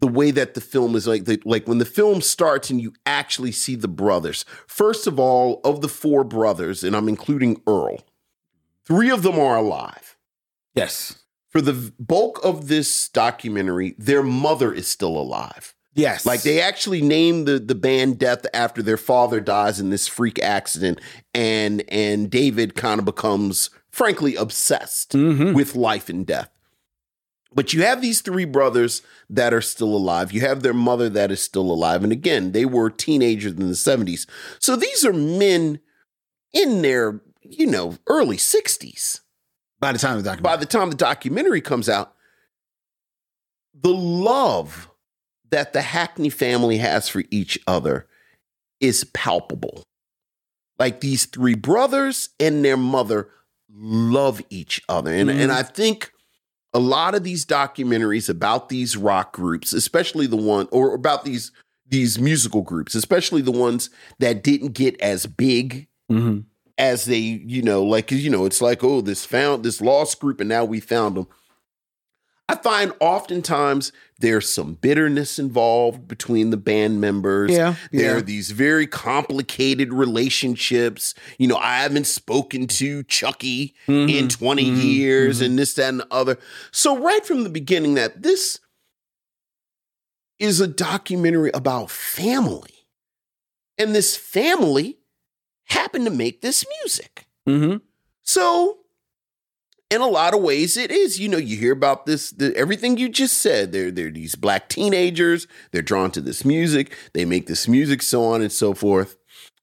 A: the way that the film is like the, like when the film starts and you actually see the brothers first of all of the four brothers and i'm including earl three of them are alive
B: yes
A: for the bulk of this documentary their mother is still alive
B: yes
A: like they actually name the the band death after their father dies in this freak accident and and david kind of becomes frankly obsessed
B: mm-hmm.
A: with life and death but you have these three brothers that are still alive. You have their mother that is still alive. And again, they were teenagers in the 70s. So these are men in their, you know, early 60s.
B: By the time the documentary.
A: By the time the documentary comes out, the love that the Hackney family has for each other is palpable. Like these three brothers and their mother love each other. And mm-hmm. and I think a lot of these documentaries about these rock groups, especially the one or about these these musical groups, especially the ones that didn't get as big
B: mm-hmm.
A: as they, you know, like you know, it's like oh, this found this lost group, and now we found them. I find oftentimes there's some bitterness involved between the band members.
B: Yeah,
A: there
B: yeah.
A: are these very complicated relationships. You know, I haven't spoken to Chucky
B: Mhm,
A: in 20
B: mhm,
A: years
B: mhm.
A: and this, that, and the other. So, right from the beginning, that this is a documentary about family. And this family happened to make this music.
B: Mm-hmm.
A: So, in a lot of ways, it is. You know, you hear about this, the, everything you just said. They're, they're these black teenagers. They're drawn to this music. They make this music, so on and so forth.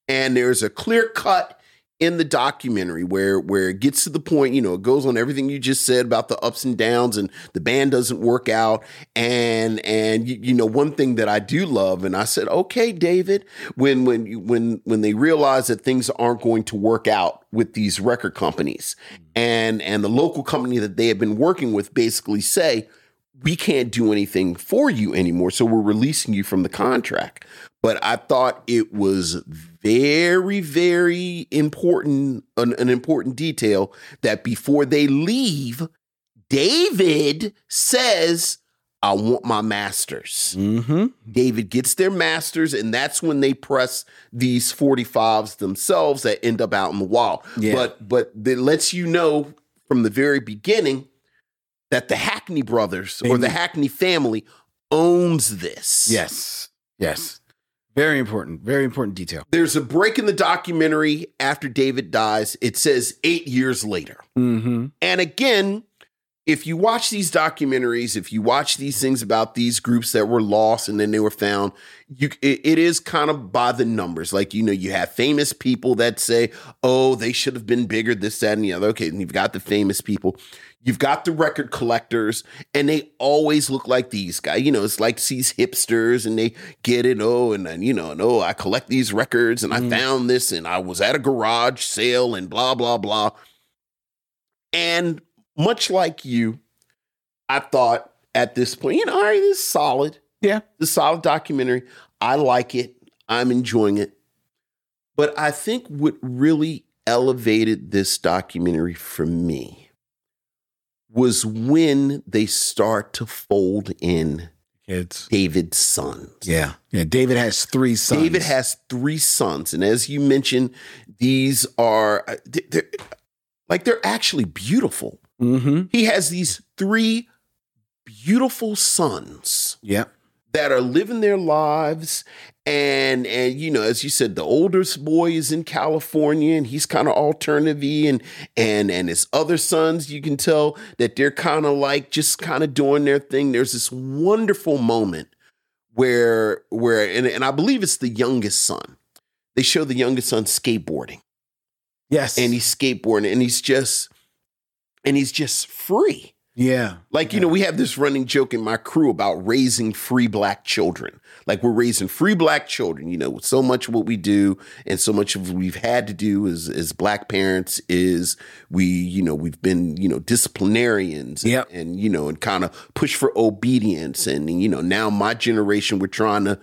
A: And there's a clear cut in the documentary where where it gets to the point you know it goes on everything you just said about the ups and downs and the band doesn't work out and and you, you know one thing that I do love and I said okay David when when you- when when they realize that things aren't going to work out with these record companies and and the local company that they have been working with basically say we can't do anything for you anymore. So we're releasing you from the contract. But I thought it was very, very important, an, an important detail that before they leave, David says, I want my masters. David gets their masters, and that's when they press these 45s themselves that end up out in the wild.
B: Yeah.
A: But but it lets you know from the very beginning that the Hackney brothers or the Hackney family owns this.
B: Yes. Yes. Very important. Very important detail.
A: There's a break in the documentary after David dies. It says eight years later.
B: Mm-hmm.
A: And again, if you watch these documentaries, if you watch these things about these groups that were lost and then they were found, you it, it is kind of by the numbers. Like you know, you have famous people that say, "Oh, they should have been bigger," this, that, and the other. Okay, and you've got the famous people, you've got the record collectors, and they always look like these guys. You know, it's like these hipsters, and they get it. Oh, and then you know, and oh, I collect these records, and I found this, and I was at a garage sale, and blah blah blah. And much like you, I thought at this point, you know, all right, this is solid.
B: Yeah.
A: This is a solid documentary. I like it. I'm enjoying it. But I think what really elevated this documentary for me was when they start to fold in
B: kids
A: David's sons.
B: Yeah. Yeah. David has three sons.
A: David has three sons, and as you mentioned, these are uh, th- they're, like they're actually beautiful.
B: Mm-hmm.
A: He has these three beautiful sons
B: Yeah.
A: that are living their lives and and you know as you said the oldest boy is in california and he's kind of alternative and and and his other sons you can tell that they're kind of like just kind of doing their thing there's this wonderful moment where where and, and i believe it's the youngest son they show the youngest son skateboarding
B: Yes.
A: and he's skateboarding and he's just and he's just free
B: Yeah.
A: like, you know, we have this running joke in my crew about raising free black children. Like, we're raising free black children. You know, so much of what we do and so much of what we've had to do as, as black parents is we, you know, we've been, you know, disciplinarians and,
B: Yep.
A: and you know, and kind of push for obedience. And, you know, now my generation, we're trying to,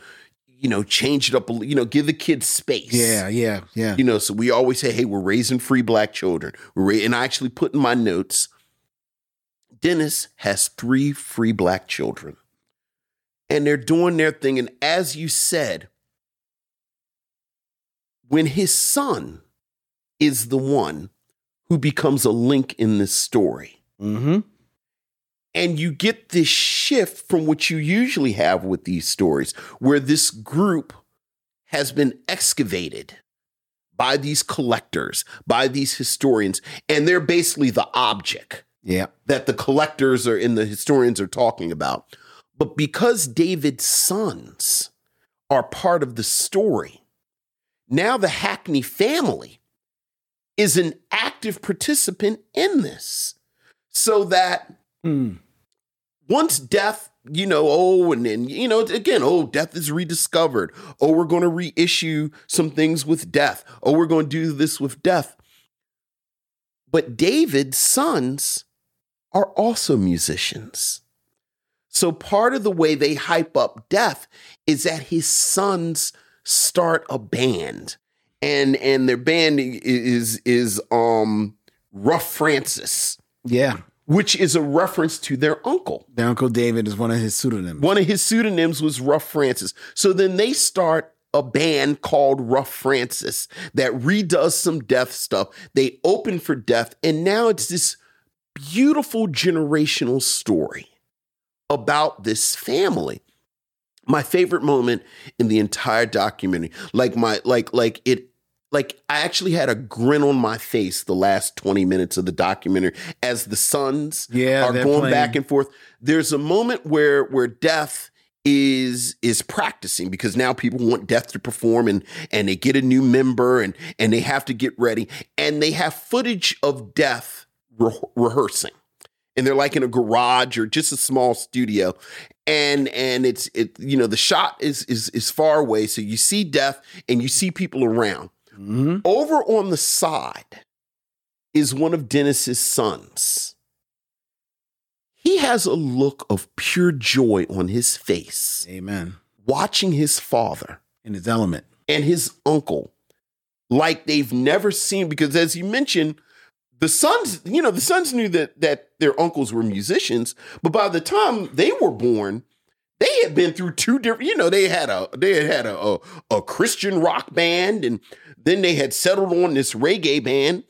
A: you know, change it up, a li- you know, give the kids space.
B: Yeah. Yeah. Yeah.
A: You know, so we always say, hey, we're raising free black children. We're ra- and I actually put in my notes, Dennis has three free black children. And they're doing their thing. And as you said, when his son is the one who becomes a link in this story,
B: Mm-hmm.
A: and you get this shift from what you usually have with these stories, where this group has been excavated by these collectors, by these historians, and they're basically the object
B: Yeah.
A: that the collectors are and the historians are talking about. But because David's sons are part of the story, now the Hackney family is an active participant in this. So that
B: Hmm.
A: once death, you know, oh, and then, you know, again, oh, death is rediscovered. Oh, we're going to reissue some things with death. Oh, we're going to do this with death. But David's sons are also musicians. So part of the way they hype up death is that his sons start a band and and their band i- is is um Rough Francis,
B: Yeah.
A: which is a reference to their uncle.
B: Their Uncle David is one of his pseudonyms.
A: One of his pseudonyms was Rough Francis. So then they start a band called Rough Francis that redoes some death stuff. They open for death, and now it's this beautiful generational story about this family. My favorite moment in the entire documentary, like my like like it like I actually had a grin on my face the last 20 minutes of the documentary as the sons
B: Yeah,
A: are
B: they're
A: going
B: playing.
A: back and forth. There's a moment where where death is is practicing because now people want death to perform and and they get a new member and and they have to get ready and they have footage of death re- rehearsing and they're like in a garage or just a small studio and and it's it you know the shot is is is far away so you see death and you see people around
B: Mm-hmm.
A: over on the side is one of dennis's sons he has a look of pure joy on his face
B: Amen.
A: watching his father
B: In his element.
A: and his uncle like they've never seen because as you mentioned the sons you know the sons knew that that their uncles were musicians but by the time they were born they had been through two different you know they had a they had had a, a, a christian rock band and then they had settled on this reggae band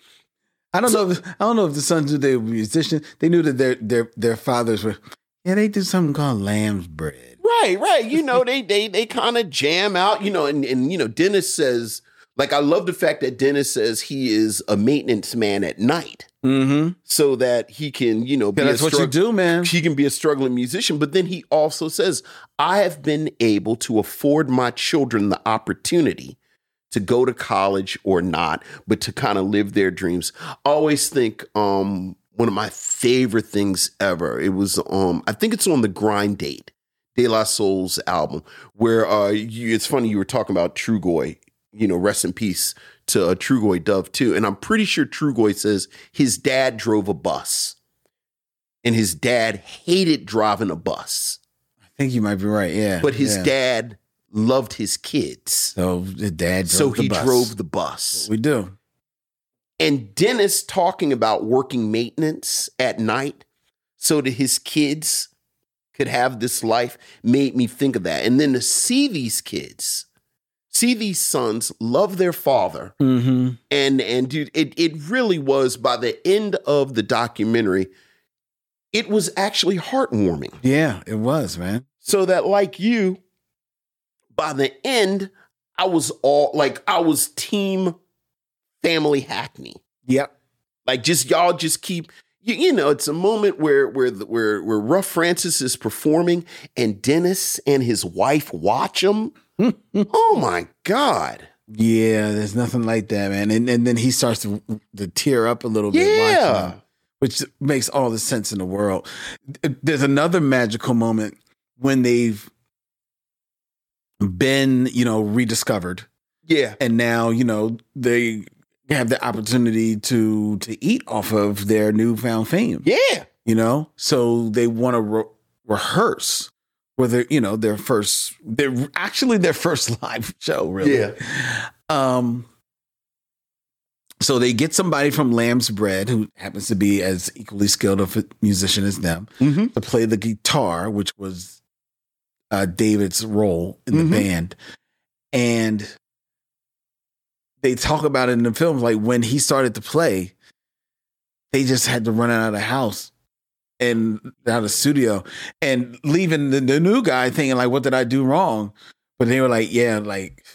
B: I don't know. If, I don't know if the sons knew they were musicians. They knew that their their their fathers were. Yeah, they do something called lamb's bread.
A: Right, right. You know, they they they kind of jam out, you know, and and you know, Dennis says, like I love the fact that Dennis says he is a maintenance man at night.
B: Mm-hmm.
A: So that he can, you know, be
B: that's
A: a
B: what you
A: strugg-
B: do, man.
A: He can be a struggling musician, but then he also says, "I have been able to afford my children the opportunity to go to college or not, but to kind of live their dreams. I always think um one of my favorite things ever. It was um I think it's on the grind date, De La Soul's album, where uh you, it's funny you were talking about Trugoy, you know, rest in peace to uh, Trugoy Dove too, and I'm pretty sure Trugoy says his dad drove a bus, and his dad hated driving a bus,
B: I think you might be right. Yeah,
A: but his
B: yeah.
A: dad loved his kids.
B: So the dad. Drove
A: So
B: the
A: he
B: bus.
A: drove the bus.
B: We do.
A: And Dennis talking about working maintenance at night so that his kids could have this life made me think of that. And then to see these kids, see these sons love their father.
B: Mm-hmm.
A: And and dude, it it really was by the end of the documentary, it was actually heartwarming
B: Yeah, it was man.
A: so that like you by the end i was all like i was team family hackney
B: Yep.
A: like just y'all just keep you, you know it's a moment where where the, where where Ruff Francis is performing and Dennis and his wife watch him. oh my god.
B: Yeah, there's nothing like that, man. And and then he starts to, to tear up a little bit.
A: Yeah.
B: watching them, which makes all the sense in the world. There's another magical moment when they've been, you know, rediscovered,
A: Yeah.
B: and now you know they have the opportunity to to eat off of their newfound fame
A: Yeah.
B: you know so they want to re- rehearse whether you know their first their actually their first (laughs) live show really
A: Yeah.
B: um so they get somebody from lamb's bread who happens to be as equally skilled of a musician as them
A: Mhm.
B: to play the guitar which was uh david's role in
A: Mhm.
B: the band and they talk about it in the film like when he started to play they just had to run out of the house and out of the studio and leaving the, the new guy thinking like what did i do wrong but they were like yeah like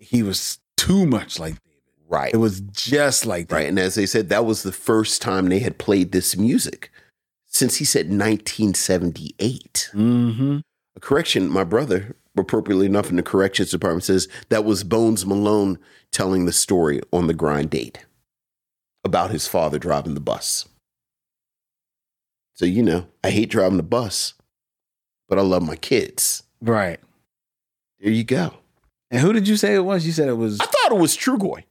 B: he was too much like David.
A: Right.
B: it was just like that
A: Right. And as they said that was the first time they had played this music since he said 1978.
B: mm-hmm.
A: a correction, my brother, appropriately enough, in the corrections department says that was Bones Malone telling the story on the grind date about his father driving the bus. So, you know, I hate driving the bus, but I love my kids.
B: right
A: There you go.
B: and who did you say it was you said it was
A: I
B: it's
A: thought it was Trugoy.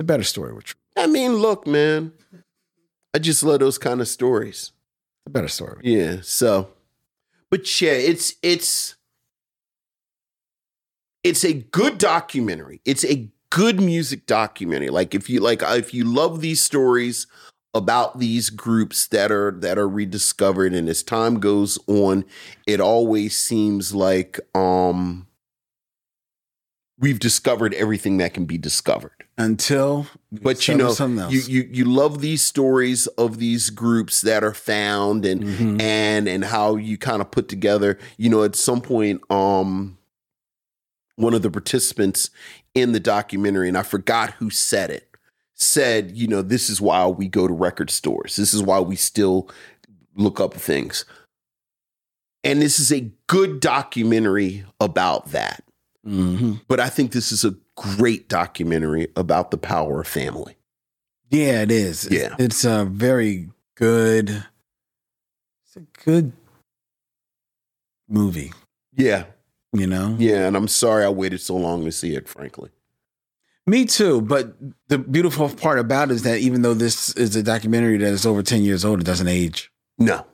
B: a better story with you
A: I mean, look, man, I just love those kind of stories.
B: it's a better story
A: Yeah. So, but yeah, it's it's It's a good documentary. It's a good music documentary. Like if you like if you love these stories about these groups that are that are rediscovered and as time goes on, it always seems like um we've discovered everything that can be discovered
B: until
A: but you know you, you you love these stories of these groups that are found and
B: Mhm.
A: and and how you kind of put together you know at some point um one of the participants in the documentary and i forgot who said it said you know this is why we go to record stores this is why we still look up things and this is a good documentary about that
B: Mm-hmm.
A: but I think this is a great documentary about the power of family.
B: Yeah, it is.
A: Yeah.
B: It's a very good it's a good movie,
A: Yeah.
B: you know.
A: Yeah. And I'm sorry I waited so long to see it, frankly.
B: Me too, but the beautiful part about it is that even though this is a documentary that is over 10 years old, it doesn't age.
A: No.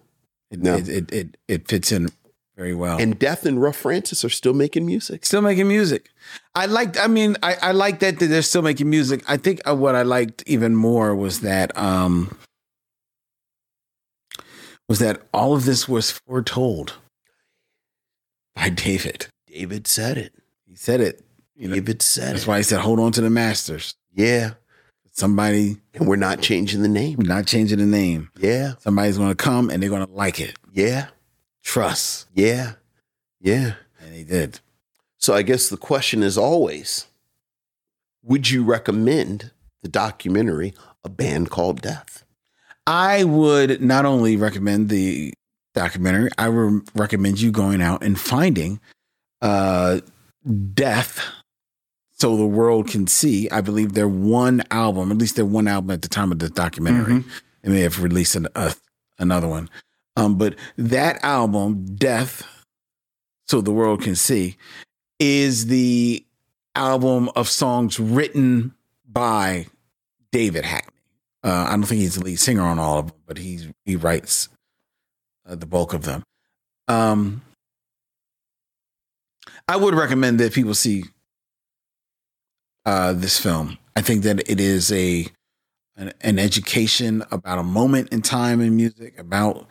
B: It
A: No.
B: it, it, it it fits in very well.
A: And Death and Rough Francis are still making music.
B: still making music. I liked. I mean, I, I like that that they're still making music. I think uh, what I liked even more was that um was that all of this was foretold by David.
A: David said it.
B: He said it.
A: David said
B: That's
A: it.
B: why he said, "Hold on to the masters."
A: Yeah.
B: Somebody
A: And we're not changing the name.
B: not changing the name.
A: Yeah.
B: Somebody's going to come and they're going to like it.
A: Yeah.
B: Trust,
A: Yeah. Yeah.
B: and they did.
A: So I guess the question is always would you recommend the documentary A Band Called Death?
B: I would not only recommend the documentary, I would recommend you going out and finding uh, Death so the world can see. I believe their one album, at least their one album at the time of the documentary. They may have released an, uh, another one. Um, but that album, Death so the world can see, is the album of songs written by David Hackney. Uh, I don't think he's the lead singer on all of them, but he's he writes uh, the bulk of them. Um, I would recommend that people see uh, this film. I think that it is a an, an education about a moment in time in music, about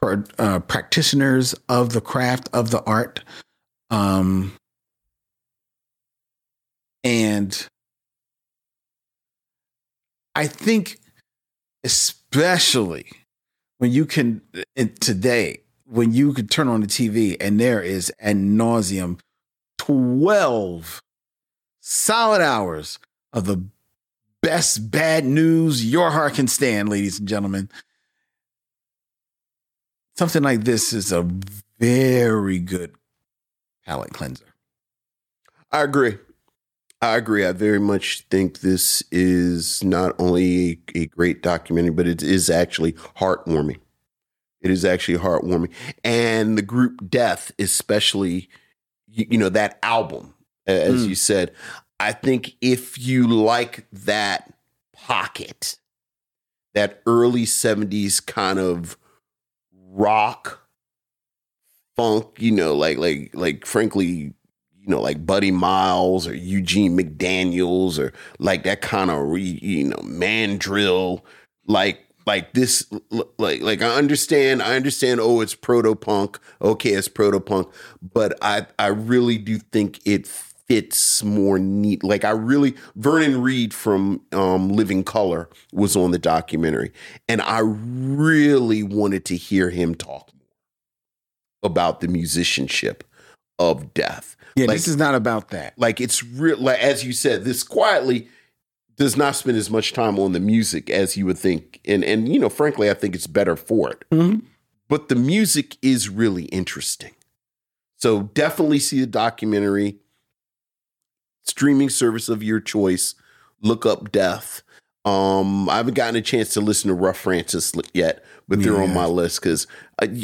B: pr- uh, practitioners of the craft of the art, um, and I think, especially when you can in today, when you could turn on the TV and there is ad nauseum, twelve solid hours of the best bad news your heart can stand, ladies and gentlemen. Something like this is a very good palate cleanser.
A: I agree. I agree. I very much think this is not only a great documentary, but it is actually heartwarming. It is actually heartwarming. And the group Death, especially, you, you know, that album, a- as
B: Mm.
A: you said, I think if you like that pocket, that early 70s kind of rock, funk, you know, like, like, like, frankly, you know, like Buddy Miles or Eugene McDaniels or like that kind of re, you know mandrill, like like this, l- like like I understand, I understand. Oh, it's proto punk. Okay, it's proto punk, but I I really do think it fits more neat. Like I really Vernon Reed from um, Living Color was on the documentary, and I really wanted to hear him talk about the musicianship of death
B: Yeah,
A: Like-
B: this is not about that.
A: like it's real like as you said this quietly does not spend as much time on the music as you would think and and you know frankly i think it's better for it
B: Mm-hmm.
A: but the music is really interesting so definitely see the documentary streaming service of your choice look up death um i haven't gotten a chance to listen to rough francis li- yet but they're on
B: Yeah.
A: my list because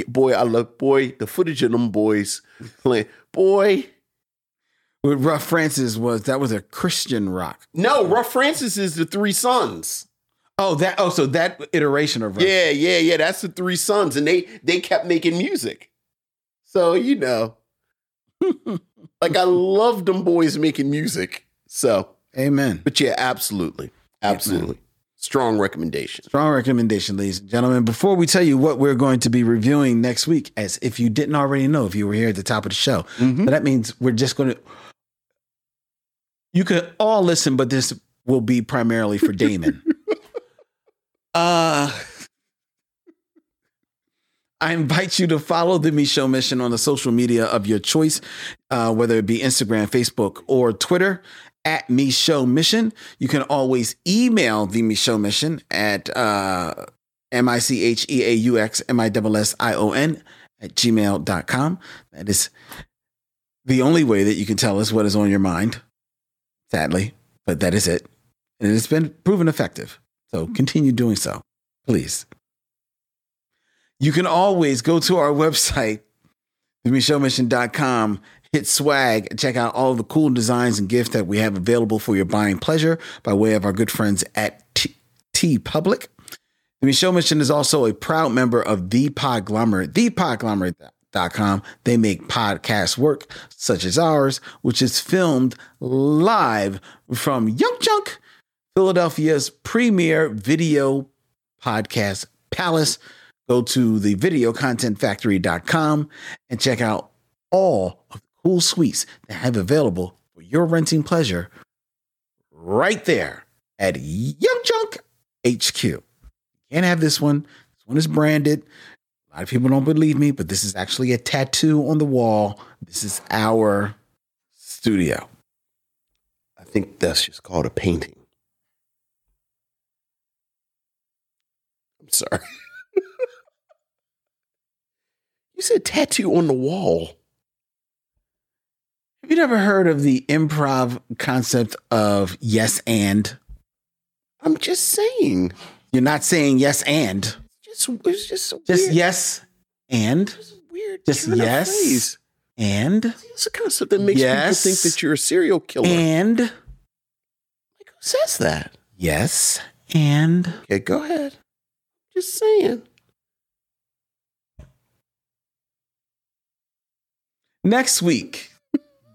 A: boy i love boy the footage of them boys playing boy
B: What Rough Francis was that was a Christian rock.
A: No, Rough Francis is the three sons.
B: Oh, that oh, so that iteration of Rough.
A: Yeah, yeah, yeah. That's the three (laughs) sons, and they they kept making music. So you know, like I love them boys making music. So
B: Amen.
A: But yeah, absolutely. Absolutely. Strong recommendation.
B: Strong recommendation, ladies and gentlemen. Before we tell you what we're going to be reviewing next week, as if you didn't already know, if you were here at the top of the show, so that means we're just going to. You could all listen, but this will be primarily for Damon. (laughs) uh, I invite you to follow the Me Show Mission on the social media of your choice, uh, whether it be Instagram, Facebook, or Twitter at Me Show Mission. You can always email the Me Show Mission at uh, M I C H E A U X M I S S I O N at gmail.com. That is the only way that you can tell us what is on your mind, sadly, but that is it. And it's been proven effective. So continue doing so, please. You can always go to our website, themichellemission.com, hit swag, check out all the cool designs and gifts that we have available for your buying pleasure by way of our good friends at T, T Public. The Michelle Mission is also a proud member of The Podglomerate, thepodglomerate.com. They make podcast work such as ours, which is filmed live from Yump Junk, Philadelphia's premier video podcast palace. Go to the videocontentfactory.com and check out all of the cool suites that have available for your renting pleasure right there at Young Junk HQ. Can't have this one. This one is branded. A lot of people don't believe me, but this is actually a tattoo on the wall. This is our studio.
A: I think that's just called a painting. I'm sorry. (laughs) you said tattoo on the wall.
B: Have you never heard of the improv concept of yes and?
A: I'm just saying.
B: You're not saying yes and.
A: Just it's just so
B: Just
A: weird.
B: yes and.
A: Weird.
B: Just
A: turn of
B: yes
A: phrase.
B: and.
A: It's a concept that makes
B: Yes.
A: people think that you're a serial killer.
B: And.
A: Who says that?
B: Yes and.
A: Okay, go ahead. Just saying.
B: Next week,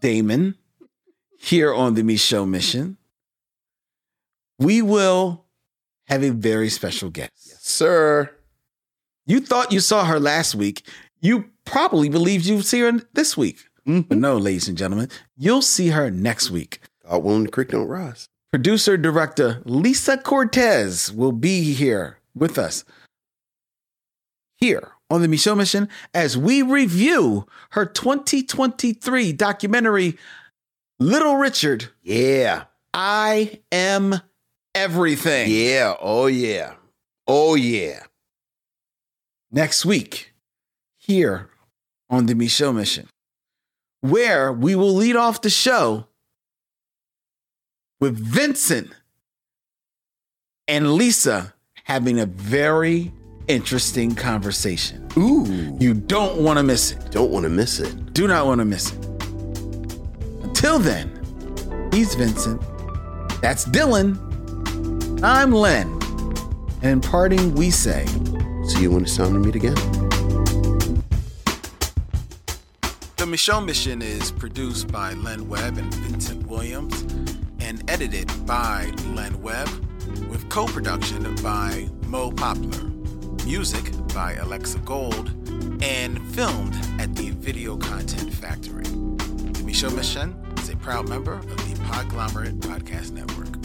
B: Damon, here on the Me Show Mission, we will have a very special guest.
A: Sir.
B: You thought you saw her last week. You probably believed you'd see her this week. But no, ladies and gentlemen, you'll see her next week.
A: God willing, the creek don't rise.
B: Producer director Lisa Cortez will be here with us here on the Michelle Mission as we review her 2023 documentary, Little Richard.
A: Yeah.
B: I am everything.
A: Yeah. Oh yeah. Oh yeah.
B: next week here on the Michelle Mission, where we will lead off the show with Vincent and Lisa having a very interesting conversation.
A: Ooh.
B: You don't want to miss it.
A: Don't want to miss it.
B: Do not want to miss it. Until then, he's Vincent. That's Dylan. I'm Len. And in parting, we say,
A: See you when it's time to meet again.
B: The Michelle Mission is produced by Len Webb and Vincent Williams and edited by Len Webb with co production by Mo Poplar, music by Alexa Gold, and filmed at the Video Content Factory. The Michelle Mission is a proud member of the Podglomerate Podcast Network.